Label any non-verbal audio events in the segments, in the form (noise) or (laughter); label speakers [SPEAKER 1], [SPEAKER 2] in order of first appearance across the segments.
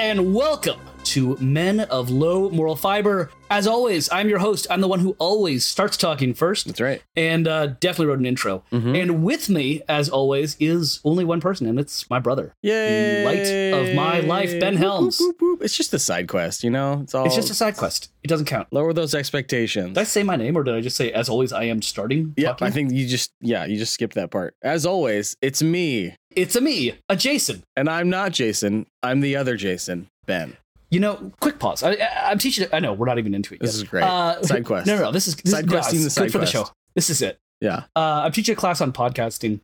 [SPEAKER 1] and welcome to Men of Low Moral Fiber. As always, I'm your host. I'm the one who always starts talking first.
[SPEAKER 2] That's right. Mm-hmm.
[SPEAKER 1] And uh, definitely wrote an intro. And with me, as always, is only one person, and it's my brother.
[SPEAKER 2] Yay!
[SPEAKER 1] Light of my life, Ben
[SPEAKER 2] Whoop,
[SPEAKER 1] Helms.
[SPEAKER 2] whoop, whoop. It's just a side quest, you know. It's all.
[SPEAKER 1] It's just a side quest. It doesn't count.
[SPEAKER 2] lower those expectations.
[SPEAKER 1] Did I say my name, or did I just say, as always, I am starting?
[SPEAKER 2] yeah,
[SPEAKER 1] talking?
[SPEAKER 2] I think you just yeah you just skipped that part. As always, it's me,
[SPEAKER 1] it's a me, a Jason.
[SPEAKER 2] and I'm not Jason. I'm the other Jason, Ben.
[SPEAKER 1] You know, quick pause. I, I, I'm teaching. I know we're not even into it.
[SPEAKER 2] This
[SPEAKER 1] yet.
[SPEAKER 2] is great.
[SPEAKER 1] Uh,
[SPEAKER 2] Side quest.
[SPEAKER 1] (laughs) No, no, no. This is this
[SPEAKER 2] Side
[SPEAKER 1] is, no,
[SPEAKER 2] questing the
[SPEAKER 1] it's
[SPEAKER 2] side
[SPEAKER 1] good for the show.
[SPEAKER 2] quest.
[SPEAKER 1] This is it.
[SPEAKER 2] Yeah.
[SPEAKER 1] Uh, I'm teaching a class on podcasting,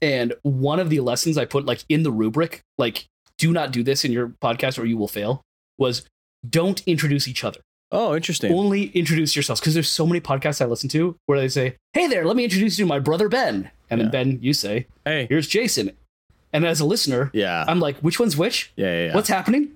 [SPEAKER 1] and one of the lessons I put like in the rubric, like do not do this in your podcast or you will fail, was don't introduce each other.
[SPEAKER 2] Oh, interesting.
[SPEAKER 1] Only introduce yourselves because there's so many podcasts I listen to where they say, "Hey there, let me introduce you to my brother Ben," and
[SPEAKER 2] Yeah.
[SPEAKER 1] then Ben, you say,
[SPEAKER 2] Hey.
[SPEAKER 1] "Here's Jason," and as a listener,
[SPEAKER 2] Yeah.
[SPEAKER 1] I'm like, "Which one's which?
[SPEAKER 2] yeah. Yeah. yeah.
[SPEAKER 1] Uh, What's happening?"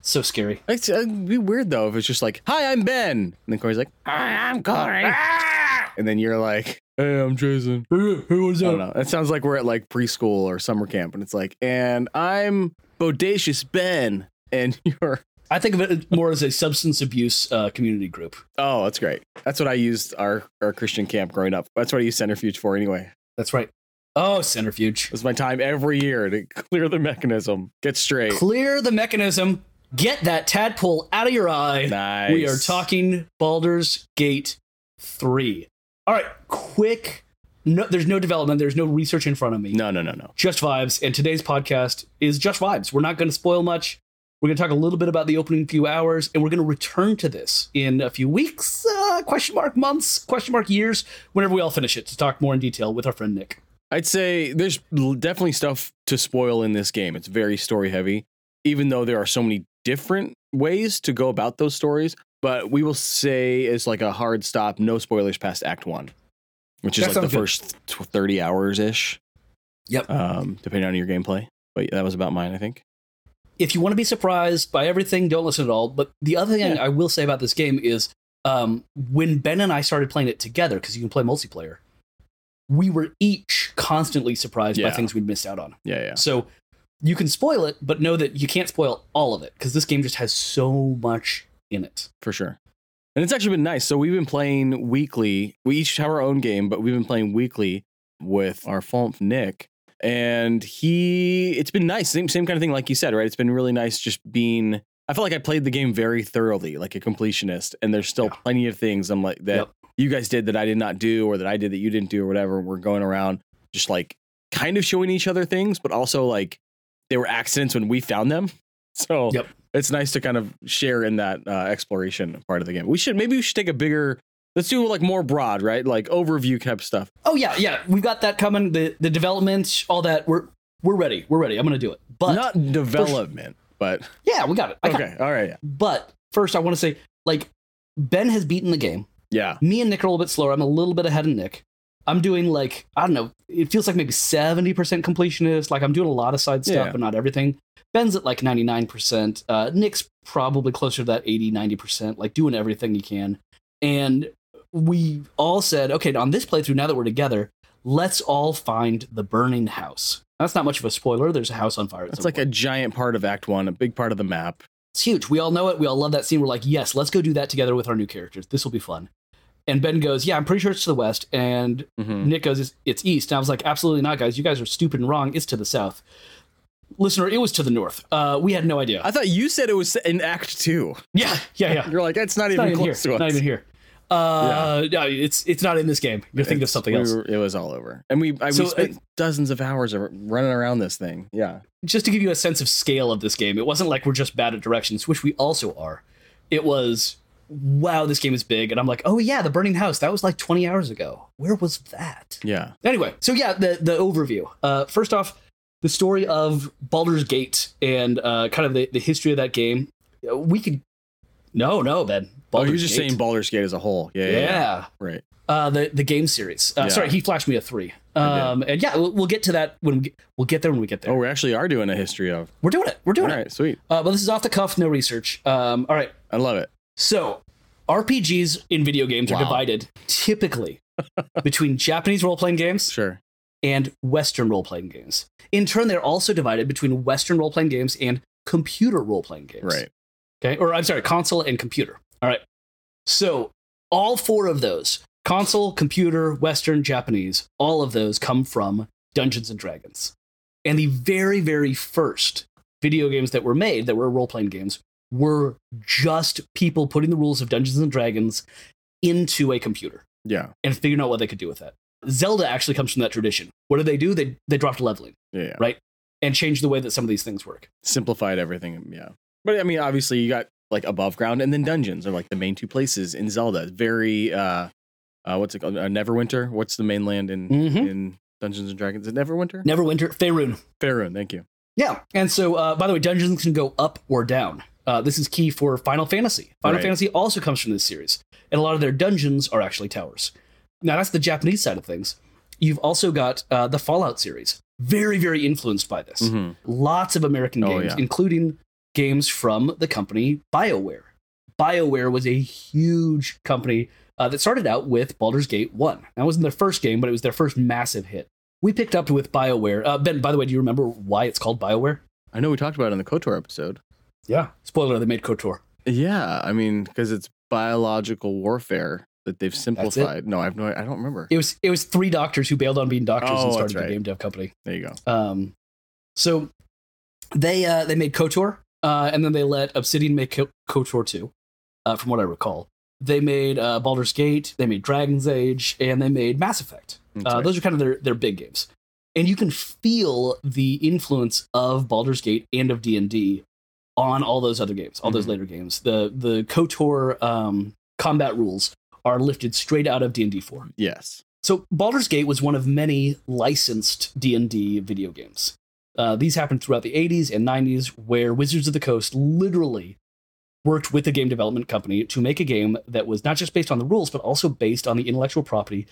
[SPEAKER 1] So scary.
[SPEAKER 2] It's, uh, it'd be weird though if it's just like, "Hi, I'm Ben," and then Corey's like, "Hi, I'm Corey,"
[SPEAKER 1] Ah!
[SPEAKER 2] and then you're like, "Hey, I'm Jason."
[SPEAKER 1] Who was
[SPEAKER 2] I don't know. That sounds like we're at like preschool or summer camp, and it's like, "And I'm bodacious Ben," and (laughs) you're,
[SPEAKER 1] I think of it more as a substance abuse uh, community group.
[SPEAKER 2] "Oh, that's great." That's what I used our our Christian camp growing up. That's what I used centrifuge for anyway.
[SPEAKER 1] That's right. Oh, centrifuge.
[SPEAKER 2] It was my time every year to clear the mechanism, get straight.
[SPEAKER 1] Clear the mechanism. Get that tadpole out of your eye.
[SPEAKER 2] Nice.
[SPEAKER 1] We are talking Baldur's Gate 3. All right, quick. No, there's no development, there's no research in front of me.
[SPEAKER 2] No, no, no, no.
[SPEAKER 1] Just vibes. And today's podcast is just vibes. We're not going to spoil much. We're going to talk a little bit about the opening few hours, and we're going to return to this in a few weeks, uh, question mark months, question mark years, whenever we all finish it to talk more in detail with our friend Nick.
[SPEAKER 2] I'd say there's l- definitely stuff to spoil in this game. It's very story heavy, even though there are so many different ways to go about those stories. But we will say it's like a hard stop, no spoilers past Act One, which is
[SPEAKER 1] That
[SPEAKER 2] like the
[SPEAKER 1] sounds good.
[SPEAKER 2] first tw- 30 hours ish,
[SPEAKER 1] Yep.
[SPEAKER 2] um, depending on your gameplay. But that was about mine, I think.
[SPEAKER 1] if you want to be surprised by everything, don't listen at all. But the other thing
[SPEAKER 2] Yeah.
[SPEAKER 1] I will say about this game is um, when Ben and I started playing it together, because you can play multiplayer, we were each constantly surprised by
[SPEAKER 2] Yeah.
[SPEAKER 1] things we'd missed out on.
[SPEAKER 2] Yeah, yeah.
[SPEAKER 1] So you can spoil it, but know that you can't spoil all of it because this game just has so much in it.
[SPEAKER 2] for sure. And it's actually been nice. So we've been playing weekly. We each have our own game, but we've been playing weekly with our Fomp Nick. And he, it's been nice. Same, same kind of thing, like you said, right? It's been really nice just being. I felt like I played the game very thoroughly, like a completionist. And there's still
[SPEAKER 1] Yeah.
[SPEAKER 2] plenty of things I'm like that
[SPEAKER 1] Yep.
[SPEAKER 2] you guys did that I did not do, or that I did that you didn't do, or whatever. We're going around just like kind of showing each other things, but also like they were accidents when we found them. (laughs) So
[SPEAKER 1] Yep.
[SPEAKER 2] it's nice to kind of share in that uh, exploration part of the game. We should maybe we should take a bigger. Let's do like more broad, right? Like overview type stuff.
[SPEAKER 1] Oh yeah, yeah, we've got that coming. The the development, all that. We're we're ready. We're ready. I'm gonna do it. But
[SPEAKER 2] Not development, but
[SPEAKER 1] yeah, we got it. I got it.
[SPEAKER 2] okay, all right, yeah.
[SPEAKER 1] But first, I want to say like Ben has beaten the game.
[SPEAKER 2] yeah,
[SPEAKER 1] me and Nick are a little bit slower. I'm a little bit ahead of Nick. I'm doing like I don't know. It feels like maybe seventy percent completionist. Like I'm doing a lot of side stuff,
[SPEAKER 2] Yeah.
[SPEAKER 1] but not everything. Ben's at like ninety nine percent. Uh, Nick's probably closer to that 80 90 percent. Like doing everything you can. And we all said, okay, on this playthrough, now that we're together, let's all find the burning house. That's not much of a spoiler. There's a house on fire. at
[SPEAKER 2] That's
[SPEAKER 1] some
[SPEAKER 2] like
[SPEAKER 1] point.
[SPEAKER 2] a giant part of Act One, a big part of the map.
[SPEAKER 1] It's huge. We all know it. We all love that scene. We're like, yes, let's go do that together with our new characters. This will be fun. And Ben goes, yeah, I'm pretty sure it's to the west. And
[SPEAKER 2] Mhm.
[SPEAKER 1] Nick goes, it's, it's east. And I was like, absolutely not, guys. You guys are stupid and wrong. It's to the south. Listener, it was to the north. Uh, we had no idea.
[SPEAKER 2] I thought you said it was in Act Two.
[SPEAKER 1] yeah, yeah, yeah.
[SPEAKER 2] You're like, it's (laughs) not
[SPEAKER 1] It's
[SPEAKER 2] even
[SPEAKER 1] not even here.
[SPEAKER 2] close to us.
[SPEAKER 1] Not even here. Uh, no, it's it's not in this game. You're thinking of
[SPEAKER 2] It's-
[SPEAKER 1] something
[SPEAKER 2] we
[SPEAKER 1] else.
[SPEAKER 2] were- it was all over, and we I,
[SPEAKER 1] So,
[SPEAKER 2] we
[SPEAKER 1] uh,
[SPEAKER 2] spent dozens of hours ar- running around this thing. Yeah,
[SPEAKER 1] just to give you a sense of scale of this game, it wasn't like we're just bad at directions, which we also are. It was, wow, this game is big. And I'm like, oh, yeah, the burning house. That was like 20 hours ago. Where was that?
[SPEAKER 2] yeah,
[SPEAKER 1] Anyway, so yeah, the, the overview. Uh, first off, the story of Baldur's Gate and uh, kind of the, the history of that game. Uh, We could. No, no, Ben.
[SPEAKER 2] oh, you're just saying Baldur's Gate as a whole. Yeah, yeah,
[SPEAKER 1] yeah.
[SPEAKER 2] yeah. right.
[SPEAKER 1] Uh, the the game series. Uh,
[SPEAKER 2] Yeah.
[SPEAKER 1] Sorry, he flashed me a three.
[SPEAKER 2] I did.
[SPEAKER 1] Um, and yeah, we'll, we'll get to that when we get, we'll get there when we get there.
[SPEAKER 2] Oh, we actually are doing a history of.
[SPEAKER 1] We're doing it. We're
[SPEAKER 2] All
[SPEAKER 1] doing it.
[SPEAKER 2] right, sweet.
[SPEAKER 1] Uh, but this is off the cuff, no research. Um, all right.
[SPEAKER 2] I love it.
[SPEAKER 1] So RPGs in video games
[SPEAKER 2] Wow.
[SPEAKER 1] are divided typically (laughs) between Japanese role playing games
[SPEAKER 2] Sure.
[SPEAKER 1] and Western role playing games. In turn, they're also divided between Western role playing games and computer role playing games.
[SPEAKER 2] Right.
[SPEAKER 1] Okay. Or I'm sorry, console and computer. All right. So all four of those console, computer, Western, Japanese, all of those come from Dungeons and Dragons. And the very, very first video games that were made that were role playing games were just people putting the rules of Dungeons and Dragons into a computer
[SPEAKER 2] Yeah.
[SPEAKER 1] and figuring out what they could do with that. Zelda actually comes from that tradition. What did they do? They, they dropped leveling
[SPEAKER 2] Yeah. yeah.
[SPEAKER 1] Right. and changed the way that some of these things work.
[SPEAKER 2] Simplified everything. Yeah. But I mean, obviously, you got like above ground and then dungeons are like the main two places in Zelda. Very, uh, uh what's it called? Uh, Neverwinter. What's the mainland in
[SPEAKER 1] Mm-hmm.
[SPEAKER 2] in Dungeons and Dragons? Is it Neverwinter?
[SPEAKER 1] Neverwinter, Faerun,
[SPEAKER 2] Faerun. Thank you.
[SPEAKER 1] Yeah, and so uh, by the way, dungeons can go up or down. Uh, this is key for Final Fantasy. Final
[SPEAKER 2] Right.
[SPEAKER 1] Fantasy also comes from this series, and a lot of their dungeons are actually towers. Now that's the Japanese side of things. You've also got uh, the Fallout series, very very influenced by this.
[SPEAKER 2] Mhm.
[SPEAKER 1] Lots of American
[SPEAKER 2] Oh,
[SPEAKER 1] games,
[SPEAKER 2] yeah.
[SPEAKER 1] including games from the company BioWare. BioWare was a huge company uh, that started out with Baldur's Gate One. That wasn't their first game, but it was their first massive hit. We picked up with BioWare. Uh, ben, by the way, do you remember why it's called BioWare?
[SPEAKER 2] I know we talked about it on the KOTOR episode.
[SPEAKER 1] Yeah. Spoiler, they made KOTOR.
[SPEAKER 2] Yeah, I mean, because it's biological warfare that they've simplified. No, I have no. I don't remember.
[SPEAKER 1] It was it was three doctors who bailed on being doctors
[SPEAKER 2] Oh,
[SPEAKER 1] and
[SPEAKER 2] that's
[SPEAKER 1] started the
[SPEAKER 2] right.
[SPEAKER 1] game dev company.
[SPEAKER 2] There you go.
[SPEAKER 1] Um, so they uh, they made KOTOR, uh, and then they let Obsidian make Ko- KOTOR two, uh, from what I recall. They made uh, Baldur's Gate, they made Dragon's Age, and they made Mass Effect.
[SPEAKER 2] That's
[SPEAKER 1] Uh,
[SPEAKER 2] right.
[SPEAKER 1] Those are kind of their their big games, and you can feel the influence of Baldur's Gate and of D and D on all those other games, all those
[SPEAKER 2] Mhm.
[SPEAKER 1] later games. The the KOTOR um, combat rules are lifted straight out of D and D four.
[SPEAKER 2] yes.
[SPEAKER 1] So Baldur's Gate was one of many licensed D&D video games. Uh, these happened throughout the 80s and 90s where Wizards of the Coast literally worked with a game development company to make a game that was not just based on the rules but also based on the intellectual property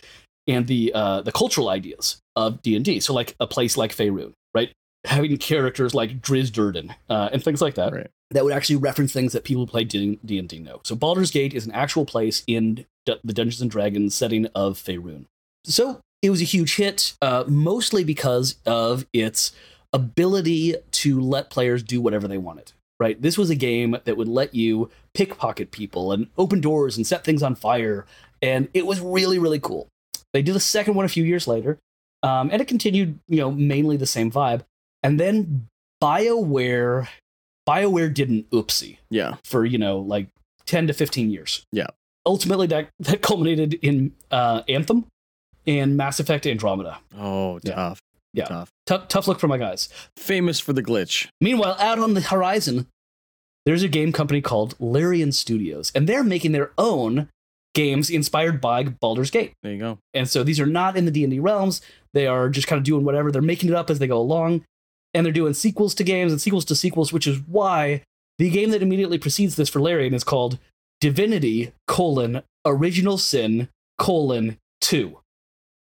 [SPEAKER 1] and the uh, the cultural ideas of D&D. So like a place like Faerun, right? Having characters like Driz Durden uh, and things like that
[SPEAKER 2] Right.
[SPEAKER 1] that would actually reference things that people who play D- D&D know. So Baldur's Gate is an actual place in D- the Dungeons and Dragons setting of Faerun. So it was a huge hit, uh, mostly because of its ability to let players do whatever they wanted. Right, this was a game that would let you pickpocket people and open doors and set things on fire, and it was really really cool. They did a second one a few years later, um, and it continued, you know, mainly the same vibe. And then Bioware BioWare did an oopsie
[SPEAKER 2] Yeah.
[SPEAKER 1] for, you know, like 10 to 15 years.
[SPEAKER 2] Yeah.
[SPEAKER 1] Ultimately, that, that culminated in uh, Anthem and Mass Effect Andromeda.
[SPEAKER 2] Oh,
[SPEAKER 1] Yeah.
[SPEAKER 2] tough.
[SPEAKER 1] Yeah.
[SPEAKER 2] Tough.
[SPEAKER 1] Tough, tough look for my guys.
[SPEAKER 2] Famous for the glitch.
[SPEAKER 1] Meanwhile, out on the horizon, there's a game company called Larian Studios, and they're making their own games inspired by Baldur's Gate.
[SPEAKER 2] There you go.
[SPEAKER 1] and so these are not in the d&d realms they are just kind of doing whatever they're making it up as they go along and they're doing sequels to games and sequels to sequels which is why the game that immediately precedes this for larian is called divinity colon original sin colon 2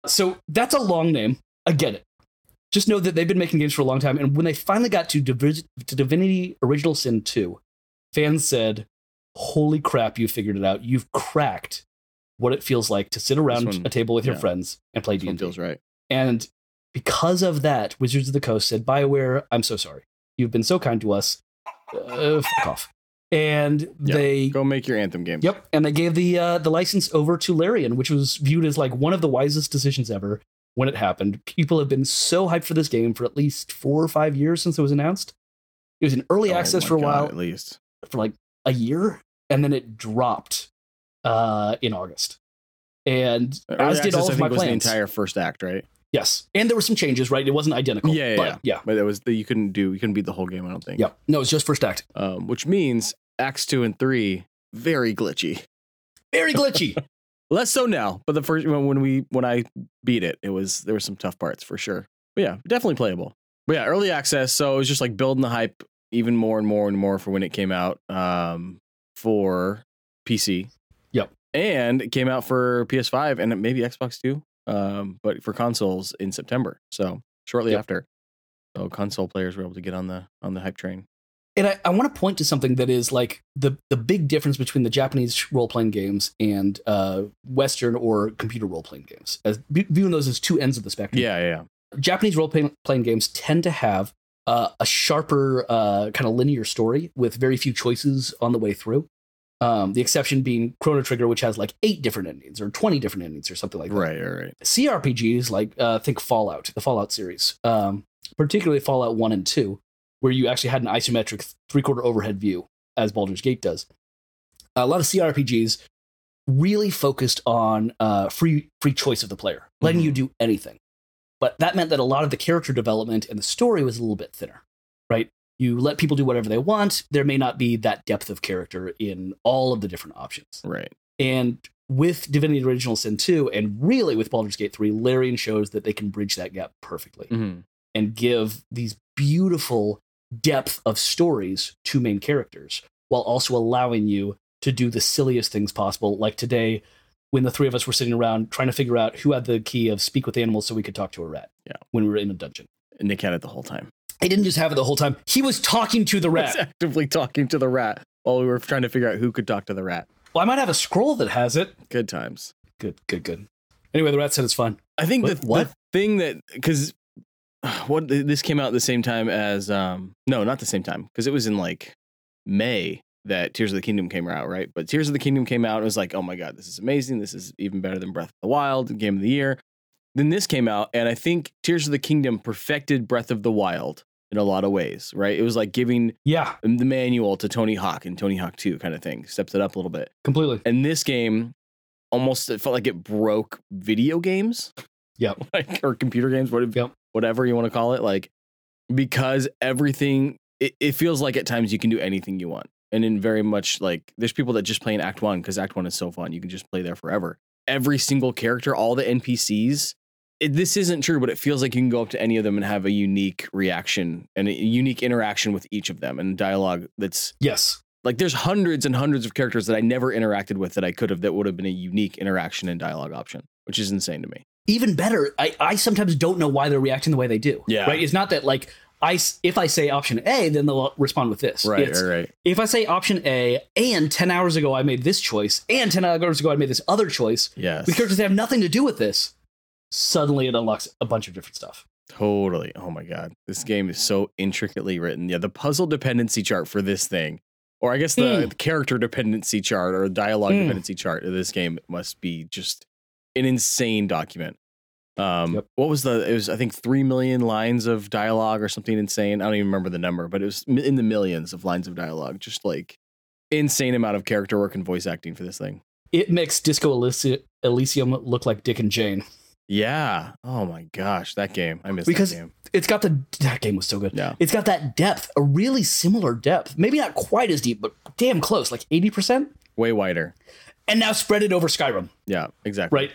[SPEAKER 1] so that's a long name i get it just know that they've been making games for a long time and when they finally got to, Divi- to divinity original sin 2 fans said holy crap you figured it out you've cracked what it feels like to sit around
[SPEAKER 2] one-
[SPEAKER 1] a table with your
[SPEAKER 2] yeah.
[SPEAKER 1] friends and play
[SPEAKER 2] This one
[SPEAKER 1] d&d
[SPEAKER 2] feels right.
[SPEAKER 1] and because of that, Wizards of the Coast said, BioWare, I'm so sorry. You've been so kind to us. Uh, fuck off. And
[SPEAKER 2] Yeah,
[SPEAKER 1] they.
[SPEAKER 2] Go make your anthem game.
[SPEAKER 1] Yep, and they gave the uh, the license over to Larian, which was viewed as like one of the wisest decisions ever when it happened. People have been so hyped for this game for at least four or five years since it was announced. It was in early
[SPEAKER 2] Oh
[SPEAKER 1] access
[SPEAKER 2] my
[SPEAKER 1] for a
[SPEAKER 2] God,
[SPEAKER 1] while,
[SPEAKER 2] At least.
[SPEAKER 1] for like a year, and then it dropped uh, in August. And
[SPEAKER 2] Early
[SPEAKER 1] as did
[SPEAKER 2] access,
[SPEAKER 1] all
[SPEAKER 2] I
[SPEAKER 1] of
[SPEAKER 2] think,
[SPEAKER 1] my
[SPEAKER 2] was
[SPEAKER 1] plans.
[SPEAKER 2] the entire first act, right?
[SPEAKER 1] Yes, and there were some changes, right? It wasn't identical.
[SPEAKER 2] Yeah, yeah,
[SPEAKER 1] but
[SPEAKER 2] yeah.
[SPEAKER 1] yeah,
[SPEAKER 2] But it was the, you couldn't do you couldn't beat the whole game, I don't think.
[SPEAKER 1] yeah. No, it's just first act.
[SPEAKER 2] Um, which means acts two and three very glitchy. (laughs)
[SPEAKER 1] Very glitchy.
[SPEAKER 2] Less so now, but the first when when we when I beat it, it was there were some tough parts for sure. But yeah, definitely playable. But yeah, early access, so it was just like building the hype even more and more and more for when it came out um, for PC.
[SPEAKER 1] Yep.
[SPEAKER 2] And it came out for PS5 and maybe Xbox too, um, but for consoles in September. So shortly
[SPEAKER 1] Yep.
[SPEAKER 2] after, so console players were able to get on the on the hype train.
[SPEAKER 1] and I, I want to point to something that is like the the big difference between the Japanese role playing games and uh, Western or computer role playing games, as vi- viewing those as two ends of the spectrum.
[SPEAKER 2] Yeah, yeah,
[SPEAKER 1] Japanese role playing games tend to have uh, a sharper uh, kind of linear story with very few choices on the way through. Um, the exception being Chrono Trigger, which has like eight different endings or 20 different endings or something like that.
[SPEAKER 2] Right, right, right.
[SPEAKER 1] CRPGs like uh, think Fallout, the Fallout series, um, particularly Fallout One and Two, where you actually had an isometric three-quarter overhead view, as Baldur's Gate does. A lot of CRPGs really focused on uh, free free choice of the player, letting you do anything. But that meant that a lot of the character development and the story was a little bit thinner, right? You let people do whatever they want. There may not be that depth of character in all of the different options.
[SPEAKER 2] Right.
[SPEAKER 1] And with Divinity Original Sin 2 and really with Baldur's Gate 3, Larian shows that they can bridge that gap perfectly
[SPEAKER 2] Mm-hmm.
[SPEAKER 1] and give these beautiful depth of stories to main characters while also allowing you to do the silliest things possible. Like today, when the three of us were sitting around trying to figure out who had the key of speak with animals so we could talk to a rat
[SPEAKER 2] Yeah.
[SPEAKER 1] when we were in a dungeon.
[SPEAKER 2] Nick had it the whole time.
[SPEAKER 1] He didn't just have it the whole time, he was talking to the
[SPEAKER 2] (laughs) Was
[SPEAKER 1] rat.
[SPEAKER 2] actively talking to the rat while we were trying to figure out who could talk to the rat.
[SPEAKER 1] Well, I might have a scroll that has it.
[SPEAKER 2] Good times.
[SPEAKER 1] Good, good, good. Anyway, the rat said it's fun.
[SPEAKER 2] I think
[SPEAKER 1] What-
[SPEAKER 2] the,
[SPEAKER 1] what?
[SPEAKER 2] the thing that because (sighs) what this came out at the same time as um no not the same time because it was in like May that Tears of the Kingdom came out right but Tears of the Kingdom came out and it was like oh my god this is amazing this is even better than Breath of the Wild game of the year then this came out and I think Tears of the Kingdom perfected Breath of the Wild in a lot of ways right it was like giving
[SPEAKER 1] Yeah,
[SPEAKER 2] the manual to Tony Hawk and Tony Hawk 2 kind of thing steps it up a little bit
[SPEAKER 1] completely.
[SPEAKER 2] and this game almost it felt like it broke video games.
[SPEAKER 1] Yep.
[SPEAKER 2] (laughs) like or computer games, whatever,
[SPEAKER 1] Yep.
[SPEAKER 2] whatever you want to call it. Like because everything it, it feels like at times you can do anything you want. And in very much like there's people that just play in Act One because Act One is so fun. You can just play there forever. Every single character, all the NPCs. It, this isn't true, but it feels like you can go up to any of them and have a unique reaction and a unique interaction with each of them and dialogue that's
[SPEAKER 1] Yes.
[SPEAKER 2] like there's hundreds and hundreds of characters that I never interacted with that I could have that would have been a unique interaction and dialogue option, which is insane to me.
[SPEAKER 1] even better I, I sometimes don't know why they're reacting the way they do
[SPEAKER 2] Yeah.
[SPEAKER 1] right it's not that like i s- if i say option a then they'll respond with this It's,
[SPEAKER 2] right.
[SPEAKER 1] if i say option a and 10 hours ago i made this choice and 10 hours ago i made this other choice
[SPEAKER 2] Yes.
[SPEAKER 1] the characters have nothing to do with this suddenly it unlocks a bunch of different stuff
[SPEAKER 2] totally. Oh my god. This game is so intricately written. Yeah, the puzzle dependency chart for this thing, or I
[SPEAKER 1] Hmm.
[SPEAKER 2] guess the character dependency chart or dialogue
[SPEAKER 1] Mm.
[SPEAKER 2] dependency chart of this game must be just an insane document. Um,
[SPEAKER 1] Yep.
[SPEAKER 2] what was the? It was I think three million lines of dialogue or something insane. I don't even remember the number, but it was mi- in the millions of lines of dialogue. Just like insane amount of character work and voice acting for this thing.
[SPEAKER 1] it makes disco Elysi- elysium look like dick and jane
[SPEAKER 2] Yeah. Oh my gosh, that game. I miss
[SPEAKER 1] Because-
[SPEAKER 2] that game.
[SPEAKER 1] it's got the that game was so good
[SPEAKER 2] Yeah.
[SPEAKER 1] it's got that depth a really similar depth maybe not quite as deep but damn close like 80%
[SPEAKER 2] Way wider.
[SPEAKER 1] and now spread it over skyrim
[SPEAKER 2] Yeah. Exactly.
[SPEAKER 1] Right.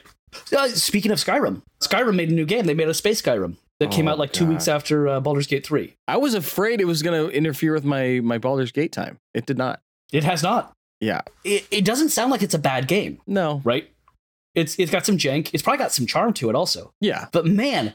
[SPEAKER 1] Uh, speaking of Skyrim, Skyrim made a new game. They made a space Skyrim that came
[SPEAKER 2] Oh,
[SPEAKER 1] out like two
[SPEAKER 2] God.
[SPEAKER 1] weeks after uh, Baldur's Gate 3.
[SPEAKER 2] I was afraid it was going to interfere with my my Baldur's Gate time. It did not.
[SPEAKER 1] It has not.
[SPEAKER 2] Yeah.
[SPEAKER 1] It, it doesn't sound like it's a bad game,
[SPEAKER 2] No.
[SPEAKER 1] right? It's It's got some jank. It's probably got some charm to it also.
[SPEAKER 2] Yeah.
[SPEAKER 1] But man,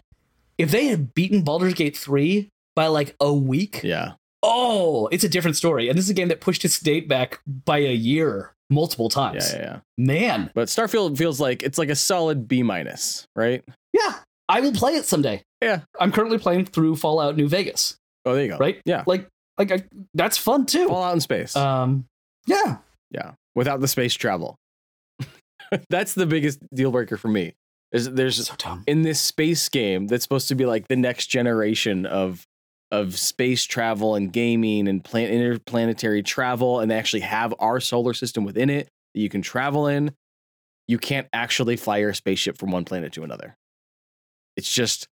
[SPEAKER 1] if they had beaten Baldur's Gate 3 by like a week,
[SPEAKER 2] Yeah.
[SPEAKER 1] oh, it's a different story. And this is a game that pushed its date back by a year multiple
[SPEAKER 2] Yeah.
[SPEAKER 1] times.
[SPEAKER 2] Yeah. yeah.
[SPEAKER 1] Man.
[SPEAKER 2] But Starfield feels like it's like a solid B minus, right?
[SPEAKER 1] Yeah. I will play it someday.
[SPEAKER 2] Yeah.
[SPEAKER 1] I'm currently playing through Fallout New Vegas.
[SPEAKER 2] Oh, there you go.
[SPEAKER 1] Right?
[SPEAKER 2] Yeah.
[SPEAKER 1] like like I, that's fun too.
[SPEAKER 2] Fallout in space.
[SPEAKER 1] Um, yeah,
[SPEAKER 2] yeah. Without the space travel. (laughs) That's the biggest deal breaker for me. Is there's
[SPEAKER 1] so dumb.
[SPEAKER 2] in this space game that's supposed to be like the next generation of of space travel and gaming and plan- interplanetary travel and they actually have our solar system within it that you can travel in you can't actually fly your spaceship from one planet to another it's just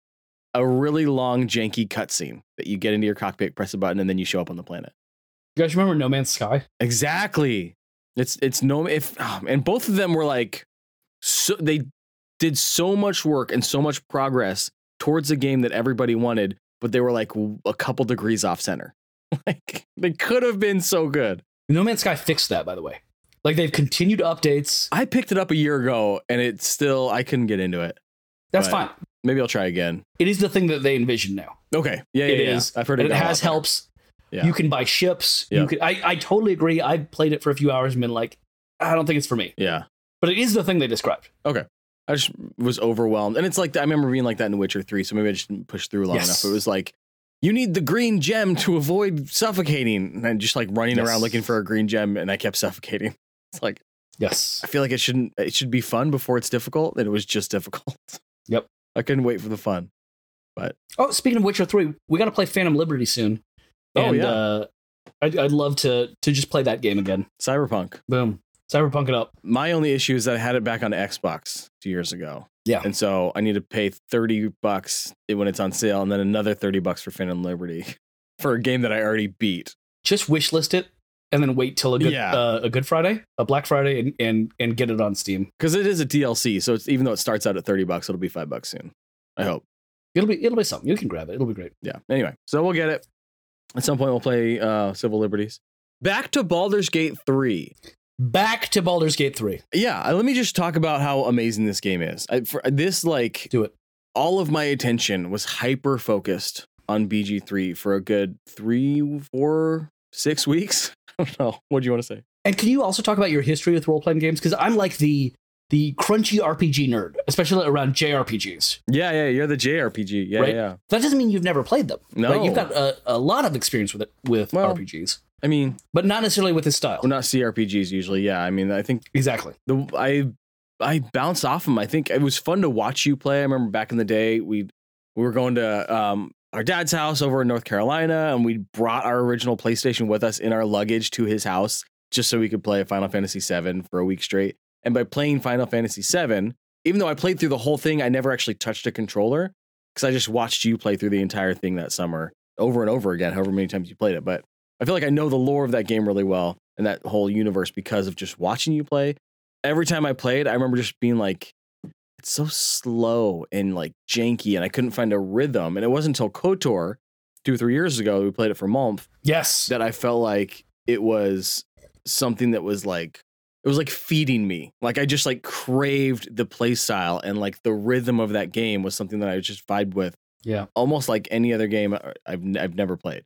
[SPEAKER 2] a really long janky cutscene that you get into your cockpit press a button and then you show up on the planet
[SPEAKER 1] You guys remember No Man's Sky?
[SPEAKER 2] Exactly. It's it's no if ah, and both of them were like so they did so much work and so much progress towards a game that everybody wanted, but they were like w- a couple degrees off center. (laughs) Like they could have been so good.
[SPEAKER 1] No Man's Sky fixed that, by the way. Like they've continued updates.
[SPEAKER 2] I picked it up a year ago and it's still I couldn't get into it.
[SPEAKER 1] That's
[SPEAKER 2] Right.
[SPEAKER 1] fine.
[SPEAKER 2] Maybe I'll try again.
[SPEAKER 1] It is the thing that they envision now.
[SPEAKER 2] Okay. Yeah, yeah,
[SPEAKER 1] It
[SPEAKER 2] yeah.
[SPEAKER 1] is.
[SPEAKER 2] I've heard it.
[SPEAKER 1] And it
[SPEAKER 2] got a
[SPEAKER 1] has
[SPEAKER 2] lot better.
[SPEAKER 1] helps.
[SPEAKER 2] Yeah.
[SPEAKER 1] You can buy ships.
[SPEAKER 2] Yeah.
[SPEAKER 1] You could. I, I totally agree. I played it for a few hours and been like, I don't think it's for me.
[SPEAKER 2] Yeah.
[SPEAKER 1] But it is the thing they described.
[SPEAKER 2] I just was overwhelmed. And it's like I remember being like that in Witcher 3, so maybe I just didn't push through long
[SPEAKER 1] Yes.
[SPEAKER 2] enough. It was like you need the green gem to avoid suffocating. And I'm just like running
[SPEAKER 1] Yes.
[SPEAKER 2] around looking for a green gem, and I kept suffocating. (laughs) It's like
[SPEAKER 1] Yes.
[SPEAKER 2] I feel like it shouldn't. It should be fun before it's difficult, and it was just difficult. (laughs)
[SPEAKER 1] Yep.
[SPEAKER 2] I couldn't wait for the fun.
[SPEAKER 1] Oh, speaking of Witcher three, we got to play Phantom Liberty soon.
[SPEAKER 2] Oh,
[SPEAKER 1] and,
[SPEAKER 2] yeah.
[SPEAKER 1] Uh, I'd, I'd love to to just play that game again.
[SPEAKER 2] Cyberpunk.
[SPEAKER 1] Boom. Cyberpunk it up.
[SPEAKER 2] My only issue is that I had it back on Xbox two years ago.
[SPEAKER 1] Yeah.
[SPEAKER 2] And so I need to pay 30 bucks when it's on sale and then another 30 bucks for Phantom Liberty (laughs) for a game that I already beat.
[SPEAKER 1] Just wish list it and then wait till a good
[SPEAKER 2] Yeah.
[SPEAKER 1] uh, a good Friday, a Black Friday, and and and get it on Steam.
[SPEAKER 2] Because it is a DLC. So it's, even though it starts out at 30 bucks, it'll be five bucks soon. I hope.
[SPEAKER 1] It'll be it'll be something. You can grab it. It'll be great.
[SPEAKER 2] Yeah. Anyway, so we'll get it. At some point, we'll play uh, Civil Liberties. Back to Baldur's Gate 3.
[SPEAKER 1] Back to Baldur's Gate three.
[SPEAKER 2] Yeah. uh, Let me just talk about how amazing this game is. I, for, this, like,
[SPEAKER 1] Do it.
[SPEAKER 2] all of my attention was hyper focused on BG3 for a good three, four, six weeks. (laughs) I don't know. What do you want to say?
[SPEAKER 1] And can you also talk about your history with role playing games? Because I'm like the the crunchy RPG nerd, especially around JRPGs.
[SPEAKER 2] Yeah, yeah, you're the JRPG. Yeah,
[SPEAKER 1] Right?
[SPEAKER 2] yeah.
[SPEAKER 1] That doesn't mean you've never played them.
[SPEAKER 2] No,
[SPEAKER 1] Right? You've got a, a lot of experience with it with
[SPEAKER 2] Well-
[SPEAKER 1] RPGs,
[SPEAKER 2] I mean,
[SPEAKER 1] but not necessarily with this style.
[SPEAKER 2] we're not CRPGs usually. Yeah, I mean, I think
[SPEAKER 1] Exactly.
[SPEAKER 2] the I I bounce off him. I think it was fun to watch you play. I remember back in the day we we were going to um our dad's house over in North Carolina and we brought our original PlayStation with us in our luggage to his house just so we could play Final Fantasy 7 for a week straight. And by playing Final Fantasy 7, even though I played through the whole thing, I never actually touched a controller cuz I just watched you play through the entire thing that summer over and over again, however many times you played it, but I feel like I know the lore of that game really well and that whole universe because of just watching you play every time I played, I remember just being like, it's so slow and like janky, and I couldn't find a rhythm. And it wasn't until Kotor two or three years ago, we played it for Month,
[SPEAKER 1] Yes.
[SPEAKER 2] that I felt like it was something that was like, it was like feeding me. Like I just like craved the play style and like the rhythm of that game was something that I just vibed with
[SPEAKER 1] yeah.
[SPEAKER 2] almost like any other game I- I've, n- I've never played.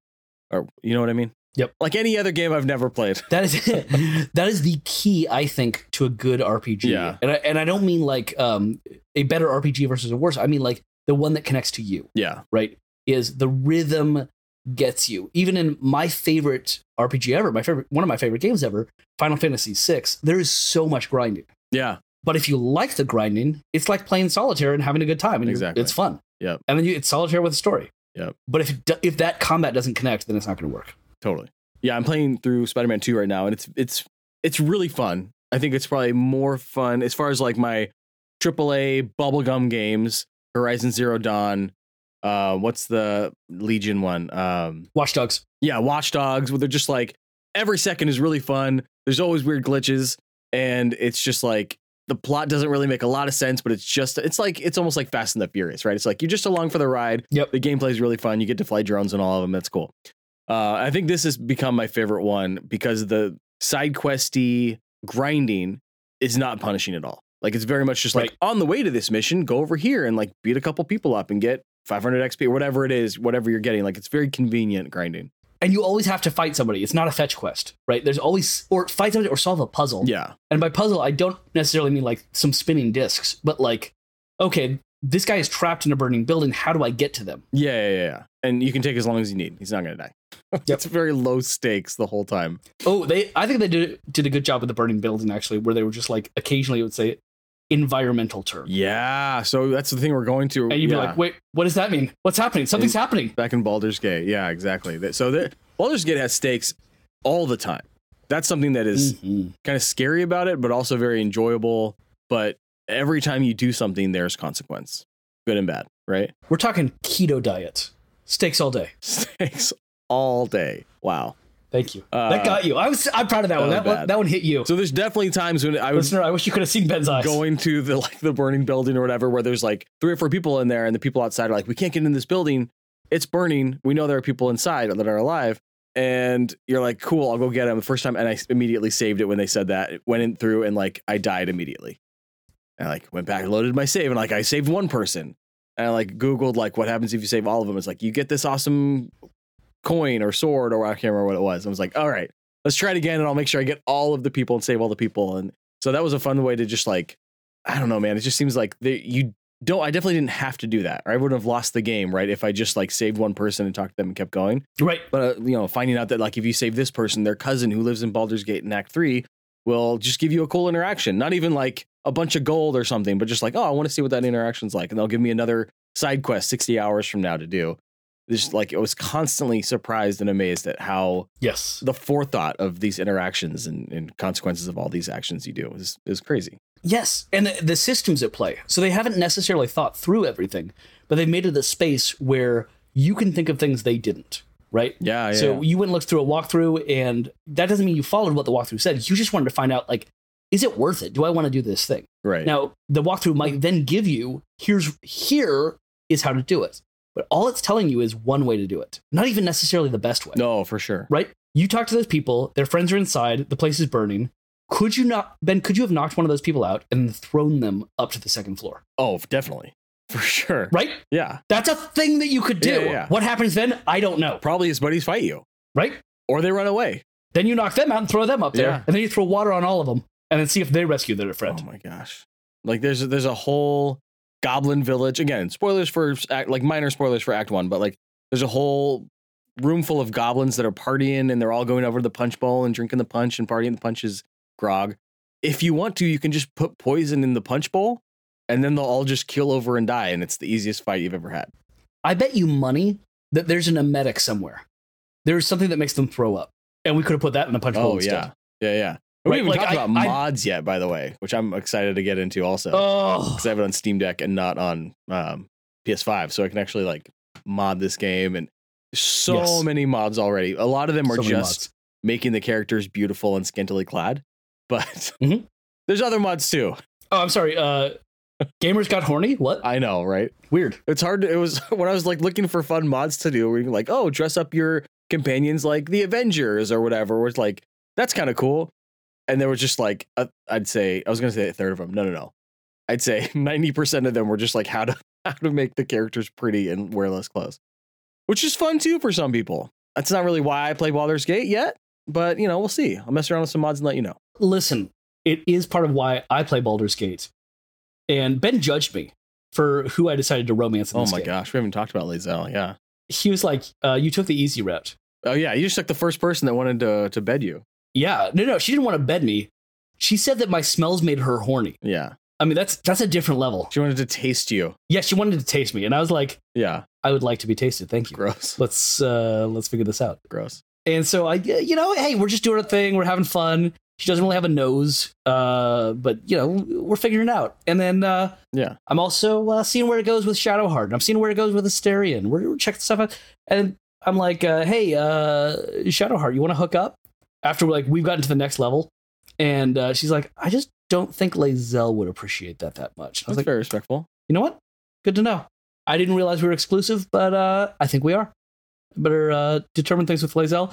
[SPEAKER 2] Or you know what I mean?
[SPEAKER 1] Yep.
[SPEAKER 2] Like any other game I've never played.
[SPEAKER 1] That is (laughs) that is the key, I think, to a good RPG.
[SPEAKER 2] Yeah.
[SPEAKER 1] And I, and I don't mean like um, a better RPG versus a worse. I mean like the one that connects to you,
[SPEAKER 2] Yeah.
[SPEAKER 1] right? Is the rhythm gets you. Even in my favorite RPG ever, my favorite one of my favorite games ever, Final Fantasy VI, there is so much grinding.
[SPEAKER 2] Yeah.
[SPEAKER 1] But if you like the grinding, it's like playing solitaire and having a good time, and you're-
[SPEAKER 2] Exactly.
[SPEAKER 1] it's fun.
[SPEAKER 2] Yep.
[SPEAKER 1] And then you, it's solitaire with a story.
[SPEAKER 2] Yep.
[SPEAKER 1] But if it do- if that combat doesn't connect, then it's not going to work.
[SPEAKER 2] Totally. Yeah, I'm playing through Spider-Man 2 right now and it's it's it's really fun. I think it's probably more fun as far as like my AAA bubblegum games, Horizon Zero Dawn, uh what's the Legion one? Um
[SPEAKER 1] Watchdogs.
[SPEAKER 2] yeah, Watchdogs where they're just like every second is really fun. There's always weird glitches and it's just like the plot doesn't really make a lot of sense, but it's just it's like it's almost like Fast and the Furious, right? It's like you're just along for the ride
[SPEAKER 1] Yep.
[SPEAKER 2] the gameplay is really fun. You get to fly drones and all of them. That's cool. Uh, I think this has become my favorite one because of the side questy grinding is not punishing at all. Like it's very much just like
[SPEAKER 1] Right.
[SPEAKER 2] on the way to this mission, go over here and like beat a couple people up and get 500 XP or whatever it is, whatever you're getting. Like it's very convenient grinding.
[SPEAKER 1] and you always have to fight somebody. It's not a fetch quest, right? There's always or fight somebody or solve a puzzle.
[SPEAKER 2] Yeah,
[SPEAKER 1] And by puzzle, I don't necessarily mean like some spinning discs, but like, okay, this guy is trapped in a burning building. How do I get to them?
[SPEAKER 2] yeah, yeah, yeah. yeah. And you can take as long as you need. He's not gonna die. (laughs) it's very low stakes the whole time.
[SPEAKER 1] Oh, they. I think they did did a good job with the burning building actually, where they were just like occasionally it would say environmental term,
[SPEAKER 2] Yeah, so that's the thing we're going to.
[SPEAKER 1] and you'd
[SPEAKER 2] Yeah.
[SPEAKER 1] be like, wait, what does that mean? What's happening? Something's happening.
[SPEAKER 2] Back in Baldur's Gate. Yeah, exactly. That- So that Baldur's Gate has stakes all the time. That's something that
[SPEAKER 1] Mm.
[SPEAKER 2] is
[SPEAKER 1] Mm-hmm.
[SPEAKER 2] kind of scary about it, but also very enjoyable. But every time you do something, there's consequence, good and bad, right? (laughs)
[SPEAKER 1] We're talking keto diet, steaks all day.
[SPEAKER 2] Stakes all day. Wow.
[SPEAKER 1] Thank you.
[SPEAKER 2] Uh,
[SPEAKER 1] that got you. I was. I'm proud of that,
[SPEAKER 2] that
[SPEAKER 1] one.
[SPEAKER 2] was
[SPEAKER 1] That one.
[SPEAKER 2] bad.
[SPEAKER 1] That one hit you,
[SPEAKER 2] So there's definitely times when I was
[SPEAKER 1] listener. I wish you could have seen Ben's eyes.
[SPEAKER 2] going to the like the burning building or whatever, where there's like three or four people in there, and the people outside are like, "We can't get in this building. It's burning. We know there are people inside that are alive." And you're like, "Cool, I'll go get them." The first time, and I immediately saved it when they said that. It went in through, and like I died immediately. And I like went back, loaded my save, and like I saved one person. And I like Googled like what happens if you save all of them. It's like you get this awesome coin or sword or I can't remember what it was. I was like, all right, let's try it again, and I'll make sure I get all of the people and save all the people. And so that was a fun way to just like I don't know, man. It just seems like they, you don't I definitely didn't have to do that, or I would have lost the game, right? If I just like saved one person and talked to them and kept going.
[SPEAKER 1] Right.
[SPEAKER 2] But uh, you know, finding out that like if you save this person, their cousin who lives in Baldur's Gate in Act Three will just give you a cool interaction, not even like a bunch of gold or something, but just like oh, I want to see what that interaction's like, and they'll give me another side quest sixty hours from now to do. Just like I was constantly surprised and amazed at how
[SPEAKER 1] Yes.
[SPEAKER 2] the forethought of these interactions and, and consequences of all these actions you do is is crazy.
[SPEAKER 1] Yes, and the, the systems at play. So they haven't necessarily thought through everything, but they've made it a space where you can think of things they didn't, right?
[SPEAKER 2] Yeah, yeah.
[SPEAKER 1] So you went and looked through a walkthrough, and that doesn't mean you followed what the walkthrough said. You just wanted to find out, like, is it worth it? Do I want to do this thing?
[SPEAKER 2] right.
[SPEAKER 1] Now, the walkthrough might then give you here's here is how to do it, but all it's telling you is one way to do it, not even necessarily the best way
[SPEAKER 2] no, for sure.
[SPEAKER 1] right? You talk to those people, their friends are inside, the place is burning. Could you not, Ben, could you have knocked one of those people out and thrown them up to the second floor,
[SPEAKER 2] Oh, definitely. For sure.
[SPEAKER 1] right?
[SPEAKER 2] Yeah.
[SPEAKER 1] That's a thing that you could do.
[SPEAKER 2] Yeah, yeah.
[SPEAKER 1] What happens then? I don't know,
[SPEAKER 2] Probably his buddies fight you
[SPEAKER 1] right?
[SPEAKER 2] or they run away.
[SPEAKER 1] Then you knock them out and throw them up there,
[SPEAKER 2] Yeah.
[SPEAKER 1] and then you throw water on all of them and then see if they rescue their friend.
[SPEAKER 2] Oh my gosh. Like there's a, there's a whole goblin village again. Spoilers for act, like minor spoilers for act 1, but like there's a whole room full of goblins that are partying and they're all going over to the punch bowl and drinking the punch and partying the punches grog. If you want to, you can just put poison in the punch bowl and then they'll all just keel over and die and it's the easiest fight you've ever had.
[SPEAKER 1] I bet you money that there's an emetic somewhere. There's something that makes them throw up, and we could have put that in a punch bowl
[SPEAKER 2] Oh
[SPEAKER 1] instead.
[SPEAKER 2] yeah. Yeah, yeah. We
[SPEAKER 1] Right,
[SPEAKER 2] haven't
[SPEAKER 1] like,
[SPEAKER 2] talked
[SPEAKER 1] I-
[SPEAKER 2] about
[SPEAKER 1] I-
[SPEAKER 2] mods yet, by the way, which I'm excited to get into also.
[SPEAKER 1] Oh,
[SPEAKER 2] because I have it on Steam Deck and not on um, PS5, so I can actually like mod this game and so
[SPEAKER 1] Yes.
[SPEAKER 2] many mods already. A lot of them are
[SPEAKER 1] so many
[SPEAKER 2] just making the characters beautiful and scantily clad, (laughs) but
[SPEAKER 1] Mhm.
[SPEAKER 2] there's other mods too.
[SPEAKER 1] mods. Oh, I'm sorry. Uh, gamers got horny. What?
[SPEAKER 2] I know, right?
[SPEAKER 1] Weird.
[SPEAKER 2] It's hard. To, it was (laughs) when I was like looking for fun mods to do, where you can like, oh, dress up your companions like the Avengers or whatever. Where it's like that's kind of cool. And there was just like a, I'd say I was gonna say a third of them. No, no, no. I'd say (laughs) ninety percent of them were just like how to (laughs) how to make the characters pretty and wear less clothes, which is fun too for some people. That's not really why I play Baldur's Gate yet, but you know we'll see. I'll mess around with some mods and let you know.
[SPEAKER 1] listen, it is part of why I play Baldur's Gate. And Ben judged me for who I decided to romance in
[SPEAKER 2] Oh
[SPEAKER 1] this
[SPEAKER 2] my
[SPEAKER 1] game.
[SPEAKER 2] gosh, we haven't talked about Lazelle. Yeah.
[SPEAKER 1] He was like, uh, you took the easy route.
[SPEAKER 2] Oh yeah, you just took the first person that wanted to to bed you.
[SPEAKER 1] Yeah. No, no, she didn't want to bed me. She said that my smells made her horny.
[SPEAKER 2] Yeah,
[SPEAKER 1] I mean, that's that's a different level.
[SPEAKER 2] she wanted to taste you.
[SPEAKER 1] Yeah, she wanted to taste me. And I was like,
[SPEAKER 2] Yeah.
[SPEAKER 1] I would like to be tasted. Thank you.
[SPEAKER 2] Gross.
[SPEAKER 1] Let's uh let's figure this out.
[SPEAKER 2] Gross.
[SPEAKER 1] And so I you know, hey, we're just doing a thing, we're having fun. She doesn't really have a nose, uh, but you know, we're figuring it out. And then uh
[SPEAKER 2] Yeah.
[SPEAKER 1] I'm also uh, seeing where it goes with Shadowheart. and I'm seeing where it goes with Asterion. We're, we're checking stuff out, and I'm like, uh, "Hey, uh, Shadowheart, you want to hook up?" After like we've gotten to the next level, and uh, she's like, "I just don't think Lazelle would appreciate that that much." I
[SPEAKER 2] That's
[SPEAKER 1] was like,
[SPEAKER 2] very respectful.
[SPEAKER 1] "You know what? Good to know. I didn't realize we were exclusive, but uh, I think we are. Better uh, determine things with Lazelle."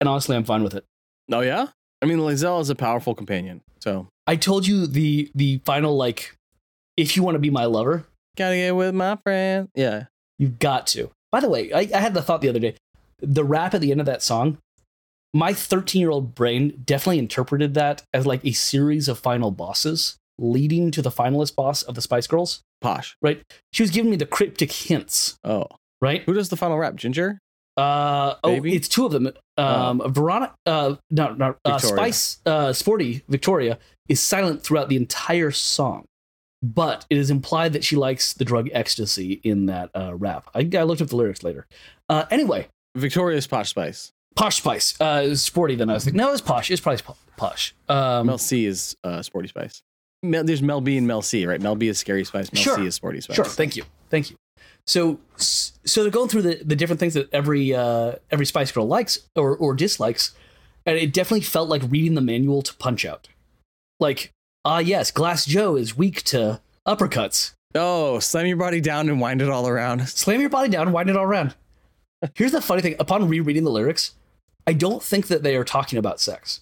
[SPEAKER 1] And honestly, I'm fine with it.
[SPEAKER 2] Oh yeah? I mean Lazelle is a powerful companion. So
[SPEAKER 1] I told you the the final like, if you want to be my lover,
[SPEAKER 2] gotta get with my friend. Yeah.
[SPEAKER 1] You've got to. By the way, I, I had the thought the other day. The rap at the end of that song, my 13 year old brain definitely interpreted that as like a series of final bosses leading to the finalist boss of the Spice Girls.
[SPEAKER 2] Posh.
[SPEAKER 1] She was giving me the cryptic hints,
[SPEAKER 2] Oh.
[SPEAKER 1] right?
[SPEAKER 2] Who does the final rap? Ginger?
[SPEAKER 1] Uh, oh,
[SPEAKER 2] Maybe?
[SPEAKER 1] it's two of them. Um, Veronica, uh, no, no, uh,
[SPEAKER 2] Victoria.
[SPEAKER 1] Spice, uh, Sporty Victoria is silent throughout the entire song, but it is implied that she likes the drug ecstasy in that uh, rap. I, I looked up the lyrics later. Uh, anyway,
[SPEAKER 2] Victoria's Posh Spice.
[SPEAKER 1] Posh Spice, uh, it was Sporty. Then I was like, no, it's Posh. It's probably po- Posh. Um,
[SPEAKER 2] Mel C is uh, Sporty Spice. Mel, there's Mel B and Mel C, right? Mel B is Scary Spice. Mel
[SPEAKER 1] Sure.
[SPEAKER 2] C is Sporty Spice.
[SPEAKER 1] Sure. Thank you. Thank you. So, so they're going through the, the different things that every uh, every Spice Girl likes or or dislikes, and it definitely felt like reading the manual to Punch Out. Like, ah, yes, Glass Joe is weak to uppercuts.
[SPEAKER 2] Oh, slam your body down and wind it all around.
[SPEAKER 1] Slam your body down, wind it all around. Here's the funny thing: upon rereading the lyrics, I don't think that they are talking about sex.